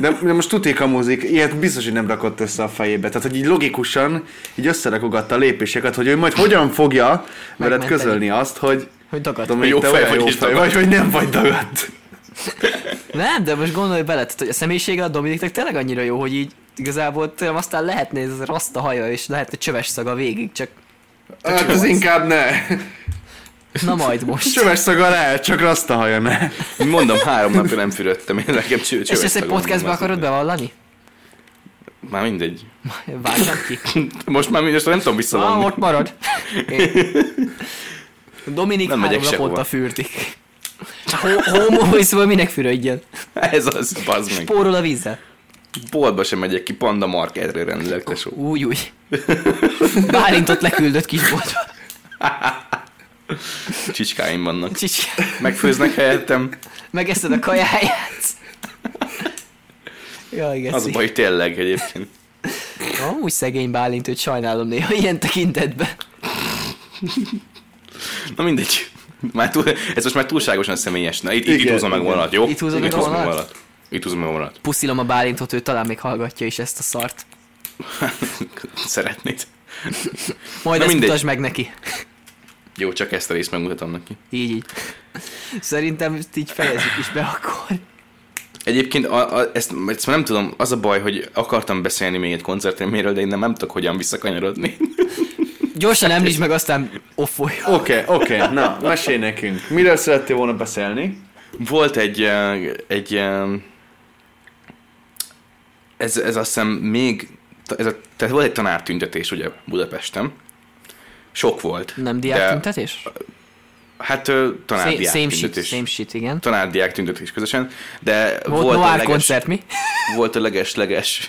[SPEAKER 3] de, de most tutik a muzik, ilyet biztos, hogy nem rakott össze a fejébe. Tehát, hogy így logikusan így összerakogatta a lépéseket, hogy ő majd hogyan fogja veled
[SPEAKER 1] Megmenteni.
[SPEAKER 3] közölni azt, hogy
[SPEAKER 1] Hogy dagadt.
[SPEAKER 3] Dominik,
[SPEAKER 4] Jó
[SPEAKER 3] te
[SPEAKER 4] fej
[SPEAKER 3] olyan
[SPEAKER 4] vagy
[SPEAKER 3] jó
[SPEAKER 4] és
[SPEAKER 3] fej
[SPEAKER 4] dagadt.
[SPEAKER 3] vagy, hogy nem vagy dagadt.
[SPEAKER 1] Nem, de most gondolj bele, tehát, hogy a személyisége a Dominiknek tényleg annyira jó, hogy így igazából tőlem aztán lehetné ez raszt a haja, és lehetne csöves szaga végig, csak
[SPEAKER 3] Hát az inkább ne.
[SPEAKER 1] na majd most.
[SPEAKER 3] Csöves szaga lehet, csak azt a haja ne.
[SPEAKER 4] Mondom, három napja nem fürödtem. Én nekem cső,
[SPEAKER 1] és ezt egy podcastbe akarod bevallani?
[SPEAKER 4] Már mindegy.
[SPEAKER 1] Vágtam ki.
[SPEAKER 4] Most már mindegy, nem tudom
[SPEAKER 1] Á,
[SPEAKER 4] visszavonni.
[SPEAKER 1] ott marad. Én. Dominik
[SPEAKER 4] Nem
[SPEAKER 1] nem három
[SPEAKER 4] megyek sehova.
[SPEAKER 1] naponta fürdik. Hó- Homóiszból minek fürödjön?
[SPEAKER 4] Ez az, bazd meg.
[SPEAKER 1] Pórol a vízzel.
[SPEAKER 4] Boltba sem megyek ki, Panda Marketre rendelek, tesó.
[SPEAKER 1] Úgy, úgy. Bálintot leküldött kisboltba.
[SPEAKER 4] Csicskáim vannak.
[SPEAKER 1] Csics,
[SPEAKER 4] Megfőznek helyettem.
[SPEAKER 1] megeszed a kajáját. Jaj, geci.
[SPEAKER 4] Az a baj, tényleg egyébként.
[SPEAKER 1] Amúgy szegény Bálint, hogy sajnálom néha ilyen tekintetben.
[SPEAKER 4] Na mindegy. Már túl, ez most már túlságosan személyes. Na, itt, itt, itt
[SPEAKER 3] Igen,
[SPEAKER 4] húzom meg
[SPEAKER 3] igen.
[SPEAKER 4] vonalat, jó?
[SPEAKER 1] Itt húzom meg a
[SPEAKER 4] húzom
[SPEAKER 1] vonalat?
[SPEAKER 4] vonalat. Itt húzom meg a vonalat.
[SPEAKER 1] Puszilom a Bálintot, ő talán még hallgatja is ezt a szart.
[SPEAKER 4] Szeretnéd.
[SPEAKER 1] Majd
[SPEAKER 4] Na
[SPEAKER 1] ezt
[SPEAKER 4] mindegy.
[SPEAKER 1] mutasd meg neki.
[SPEAKER 4] Jó, csak ezt a részt megmutatom neki.
[SPEAKER 1] Így, így. Szerintem ezt így fejezzük is be akkor.
[SPEAKER 4] Egyébként a, a, ezt, ezt már nem tudom, az a baj, hogy akartam beszélni még egy koncertélményről, de én nem, nem tudok hogyan visszakanyarodni.
[SPEAKER 1] Gyorsan
[SPEAKER 4] Hát
[SPEAKER 1] említsd meg, aztán offolj.
[SPEAKER 3] Oké, okay, oké, okay, na, mesélj nekünk. Miről szerettél volna beszélni?
[SPEAKER 2] Hát
[SPEAKER 4] Volt egy, eh, egy eh, ez, ez azt hiszem még, ez a, tehát volt egy tanártüntetés ugye Budapesten. Sok volt.
[SPEAKER 1] Nem
[SPEAKER 4] de-
[SPEAKER 1] diák tüntetés?
[SPEAKER 4] Hát ö, tanárdiák
[SPEAKER 1] Same shit,
[SPEAKER 4] tüntetés.
[SPEAKER 1] same shit, igen.
[SPEAKER 4] Tanárdiák tüntetés közösen, de
[SPEAKER 1] Volt,
[SPEAKER 4] a
[SPEAKER 1] volt Noir
[SPEAKER 4] leges-
[SPEAKER 1] koncert, mi?
[SPEAKER 4] volt a leges-leges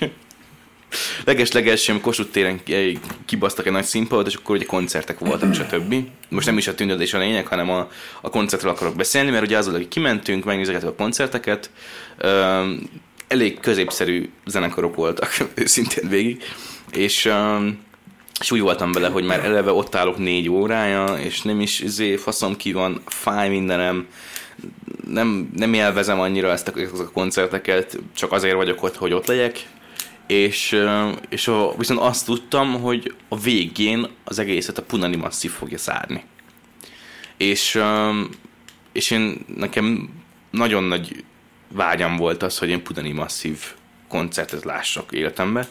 [SPEAKER 4] leges-leges, amikor Kossuth téren ki- eh, kibasztak egy nagy színpadot, és akkor ugye koncertek voltak, stb. Most nem is a tüntetés a lényeg, hanem a, a koncertről akarok beszélni, mert ugye azzal, hogy kimentünk, megnézegettük a koncerteket, öm, elég középszerű zenekarok voltak, őszintén végig, és öm, és úgy voltam vele, hogy már eleve ott izé, állok négy órája, és nem is zé, faszom ki van, fáj mindenem, nem, nem élvezem annyira ezt a, ezeket a koncerteket, csak azért vagyok ott, hogy ott legyek, és, ö, és a, viszont azt tudtam, hogy a végén az egészet a Punani Massive fogja zárni. És, ö, és én, nekem nagyon nagy vágyam volt az, hogy én Punani Massive koncertet lássak életemben.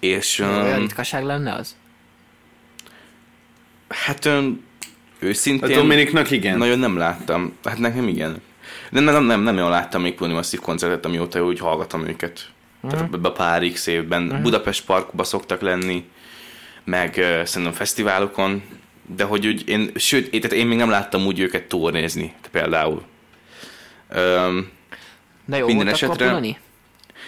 [SPEAKER 4] És,
[SPEAKER 1] Olyan
[SPEAKER 4] ö,
[SPEAKER 1] ritkaság lenne az?
[SPEAKER 4] hát ö,
[SPEAKER 3] A
[SPEAKER 4] őszintén...
[SPEAKER 3] Dominiknak Hát igen.
[SPEAKER 4] Nagyon nem láttam. Hát nekem igen. Nem, nem, nem, nem olyan láttam még Pony Massive koncertet, amióta úgy hallgatom őket. Tehát ebbe a pár x évben. Budapest Parkba szoktak lenni, meg uh, szerintem fesztiválokon, de hogy úgy én, sőt, én, tehát én még nem láttam úgy őket turnézni, például. Um,
[SPEAKER 1] De jó
[SPEAKER 4] Minden
[SPEAKER 1] volt akkor
[SPEAKER 4] esetre-
[SPEAKER 1] Punani?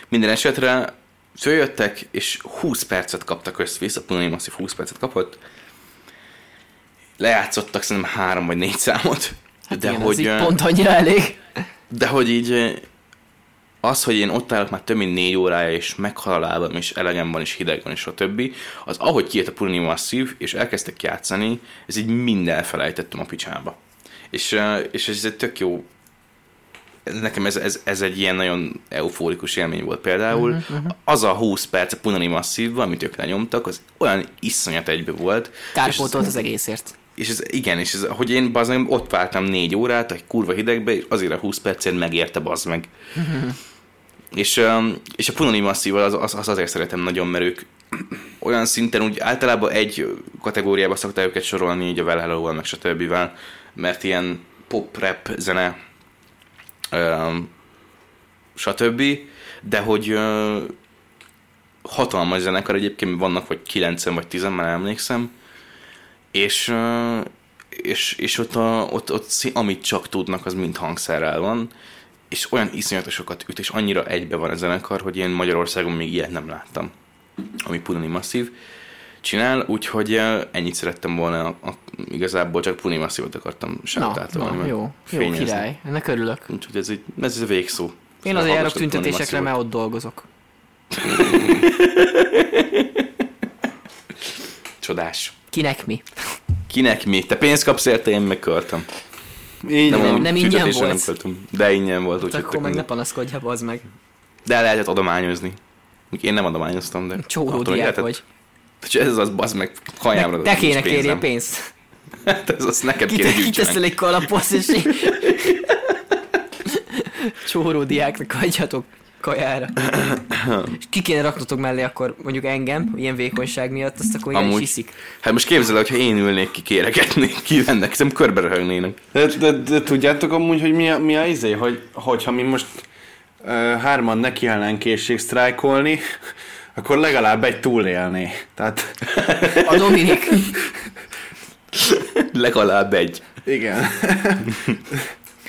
[SPEAKER 4] minden esetre följöttek, és 20 percet kaptak össze-vissza, Punani Massive 20 percet kapott. Lejátszottak szerintem három vagy négy számot.
[SPEAKER 1] Hát igen, az
[SPEAKER 4] hogy,
[SPEAKER 1] így
[SPEAKER 4] ö,
[SPEAKER 1] pont annyira elég.
[SPEAKER 4] de hogy így eh, az, hogy én ott állok már több mint négy órája, és meghal a lábam, és elegem van, és hideg van, és a többi, az ahogy kijött a Pulini Massive, és elkezdtek játszani, ez így mind elfelejtettem a picsába. És, eh, és ez egy tök jó nekem ez, ez, ez egy ilyen nagyon eufórikus élmény volt például. Uh-huh, uh-huh. Az a 20 perc a Punani Massive, amit ők lenyomtak, az olyan iszonyat egybe volt.
[SPEAKER 1] Kárpótolt
[SPEAKER 4] És
[SPEAKER 1] az
[SPEAKER 4] ez-
[SPEAKER 1] egészért.
[SPEAKER 4] és ez, igen, és ez, hogy én bazdmeg ott vártam négy órát, egy kurva hidegbe, és azért a 20 percért megérte bazd meg. és, öm, és a Punani Masszíval az, az, az, azért szeretem nagyon, mert ők olyan szinten úgy általában egy kategóriába szokták őket sorolni, így a Well Hello-val, meg stb. mert ilyen pop-rap zene, öm, stb. De hogy ö, hatalmas zenekar egyébként, vannak vagy 9 vagy 10 már nem emlékszem, és, ö, és, és ott, a, ott, ott szí- amit csak tudnak, az mind hangszerrel van, és olyan iszonyatosokat üt, és annyira egybe van a zenekar, hogy én Magyarországon még ilyet nem láttam, ami Punani Masszív csinál, úgyhogy ö, ennyit szerettem volna, a, a, igazából csak Punani Masszívot akartam
[SPEAKER 1] Na,
[SPEAKER 4] sáktátolni.
[SPEAKER 1] na,
[SPEAKER 4] mert
[SPEAKER 1] jó, jó
[SPEAKER 4] fényezni.
[SPEAKER 1] király, ennek örülök.
[SPEAKER 4] Úgyhogy ez, egy, ez egy végszó.
[SPEAKER 1] Én azért járok
[SPEAKER 4] Hallgassatok Tony
[SPEAKER 1] tüntetésekre,
[SPEAKER 4] Massive-ot.
[SPEAKER 1] mert ott dolgozok.
[SPEAKER 4] Csodás.
[SPEAKER 1] Kinek mi?
[SPEAKER 4] Kinek mi? Te pénzt kapsz érte, én megköltöm.
[SPEAKER 3] Így
[SPEAKER 1] Nem,
[SPEAKER 4] a
[SPEAKER 1] nem ingyen
[SPEAKER 4] tüntetésen
[SPEAKER 1] volt.
[SPEAKER 4] Nem költöm. De ingyen volt,
[SPEAKER 1] Hát
[SPEAKER 4] úgyhogy
[SPEAKER 1] akkor
[SPEAKER 4] tök
[SPEAKER 1] meg ne
[SPEAKER 4] mindegy.
[SPEAKER 1] panaszkodj, ha bazd meg.
[SPEAKER 4] De lehetett adományozni. Úgy Én nem adományoztam, de... attól még
[SPEAKER 1] Csóródiák
[SPEAKER 4] lehetett.
[SPEAKER 1] vagy.
[SPEAKER 4] És ez az, az meg kajámra.
[SPEAKER 1] Meg
[SPEAKER 4] nincs
[SPEAKER 1] Te kéne
[SPEAKER 4] pénzem.
[SPEAKER 1] kérjél pénzt.
[SPEAKER 4] Hát ez azt neked kéne
[SPEAKER 1] Kite- Kiteszel
[SPEAKER 4] gyűjtsenek.
[SPEAKER 1] egy kalaphoz, és így... Csóródiáknak adjatok kajára. És ki kéne raknotok mellé akkor mondjuk engem, ilyen vékonyság miatt, azt akkor ilyen is
[SPEAKER 4] Amúgy.
[SPEAKER 1] hiszik.
[SPEAKER 4] Hát most képzeld el, hogyha én ülnék ki kéregetnék, ki vennek, hiszem körbe röhögnének.
[SPEAKER 2] De, de, de tudjátok amúgy, hogy mi a, mi a izé, hogy, hogyha mi most ö, hárman nekiállnánk készségsztrájkolni, akkor legalább egy túlélné. Tehát
[SPEAKER 1] A Dominik,
[SPEAKER 4] Legalább egy.
[SPEAKER 2] igen.
[SPEAKER 1] hát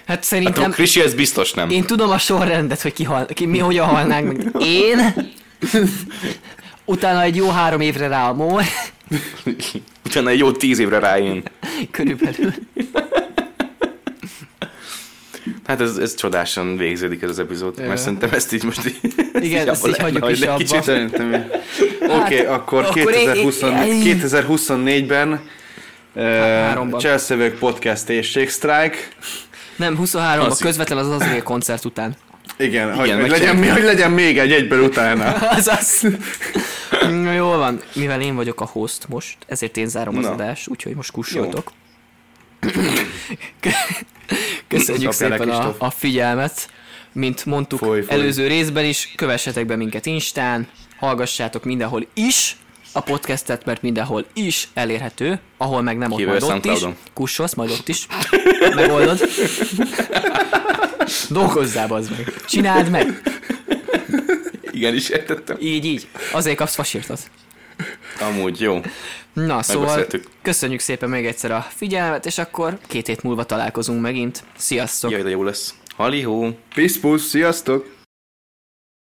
[SPEAKER 4] Hát a
[SPEAKER 1] szerintem
[SPEAKER 4] Krisi, ez biztos nem.
[SPEAKER 1] én tudom a sorrendet, hogy ki, hal, ki mi hogyan halnánk meg. Én, utána egy jó három évre rá a mór,
[SPEAKER 4] Utána egy jó tíz évre rájön.
[SPEAKER 1] körülbelül.
[SPEAKER 4] Hát ez, ez csodásan végződik ez az epizód,
[SPEAKER 1] Ja.
[SPEAKER 4] mert szerintem ezt így most így...
[SPEAKER 1] Igen, ezt így
[SPEAKER 4] abba
[SPEAKER 1] hagyjuk
[SPEAKER 4] lehetne
[SPEAKER 1] is
[SPEAKER 4] hagyni.
[SPEAKER 1] abba.
[SPEAKER 2] Szerintem. Oké,
[SPEAKER 3] Hát,
[SPEAKER 2] okay, akkor,
[SPEAKER 1] akkor
[SPEAKER 2] akkor
[SPEAKER 1] én-
[SPEAKER 2] 2020,
[SPEAKER 1] én-
[SPEAKER 2] 2024-ben
[SPEAKER 3] Hát,
[SPEAKER 2] uh,
[SPEAKER 1] Háromban.
[SPEAKER 2] Cselszövők Podcast Éjségsztrájk.
[SPEAKER 1] Nem, 23-ban
[SPEAKER 4] Az-
[SPEAKER 1] közvetlen az az azért koncert után.
[SPEAKER 2] Igen, hogy, hogy, legyen,
[SPEAKER 4] megcsináljuk.
[SPEAKER 2] mi- hogy legyen még egy egyből utána.
[SPEAKER 1] Azaz. Na, jól van, mivel én vagyok a host most, ezért én zárom az
[SPEAKER 4] Na.
[SPEAKER 1] adást, úgyhogy most kussoltok. Köszönjük
[SPEAKER 2] Szapjál le,
[SPEAKER 1] szépen a,
[SPEAKER 2] Kristóf.
[SPEAKER 1] a figyelmet. Mint mondtuk
[SPEAKER 2] Foly, foly.
[SPEAKER 1] előző részben is, kövessetek be minket Instán, hallgassátok mindenhol is a podcastet, mert mindenhol is elérhető, ahol meg nem ott,
[SPEAKER 4] Kivéve
[SPEAKER 1] majd ott is.
[SPEAKER 4] SoundCloudon.
[SPEAKER 1] Kussolsz, majd ott is. Megoldod. Dolgozzál, bazd meg. Csináld meg.
[SPEAKER 4] Igen, is értettem.
[SPEAKER 1] Így, így. Azért kapsz fasírtat.
[SPEAKER 4] Amúgy jó.
[SPEAKER 1] Na, szóval
[SPEAKER 4] Megbeszéltük.
[SPEAKER 1] köszönjük szépen még egyszer a figyelmet, és akkor két hét múlva találkozunk megint. Sziasztok!
[SPEAKER 4] Jaj, de jó lesz. Halihó!
[SPEAKER 2] Pisz, pusz, sziasztok!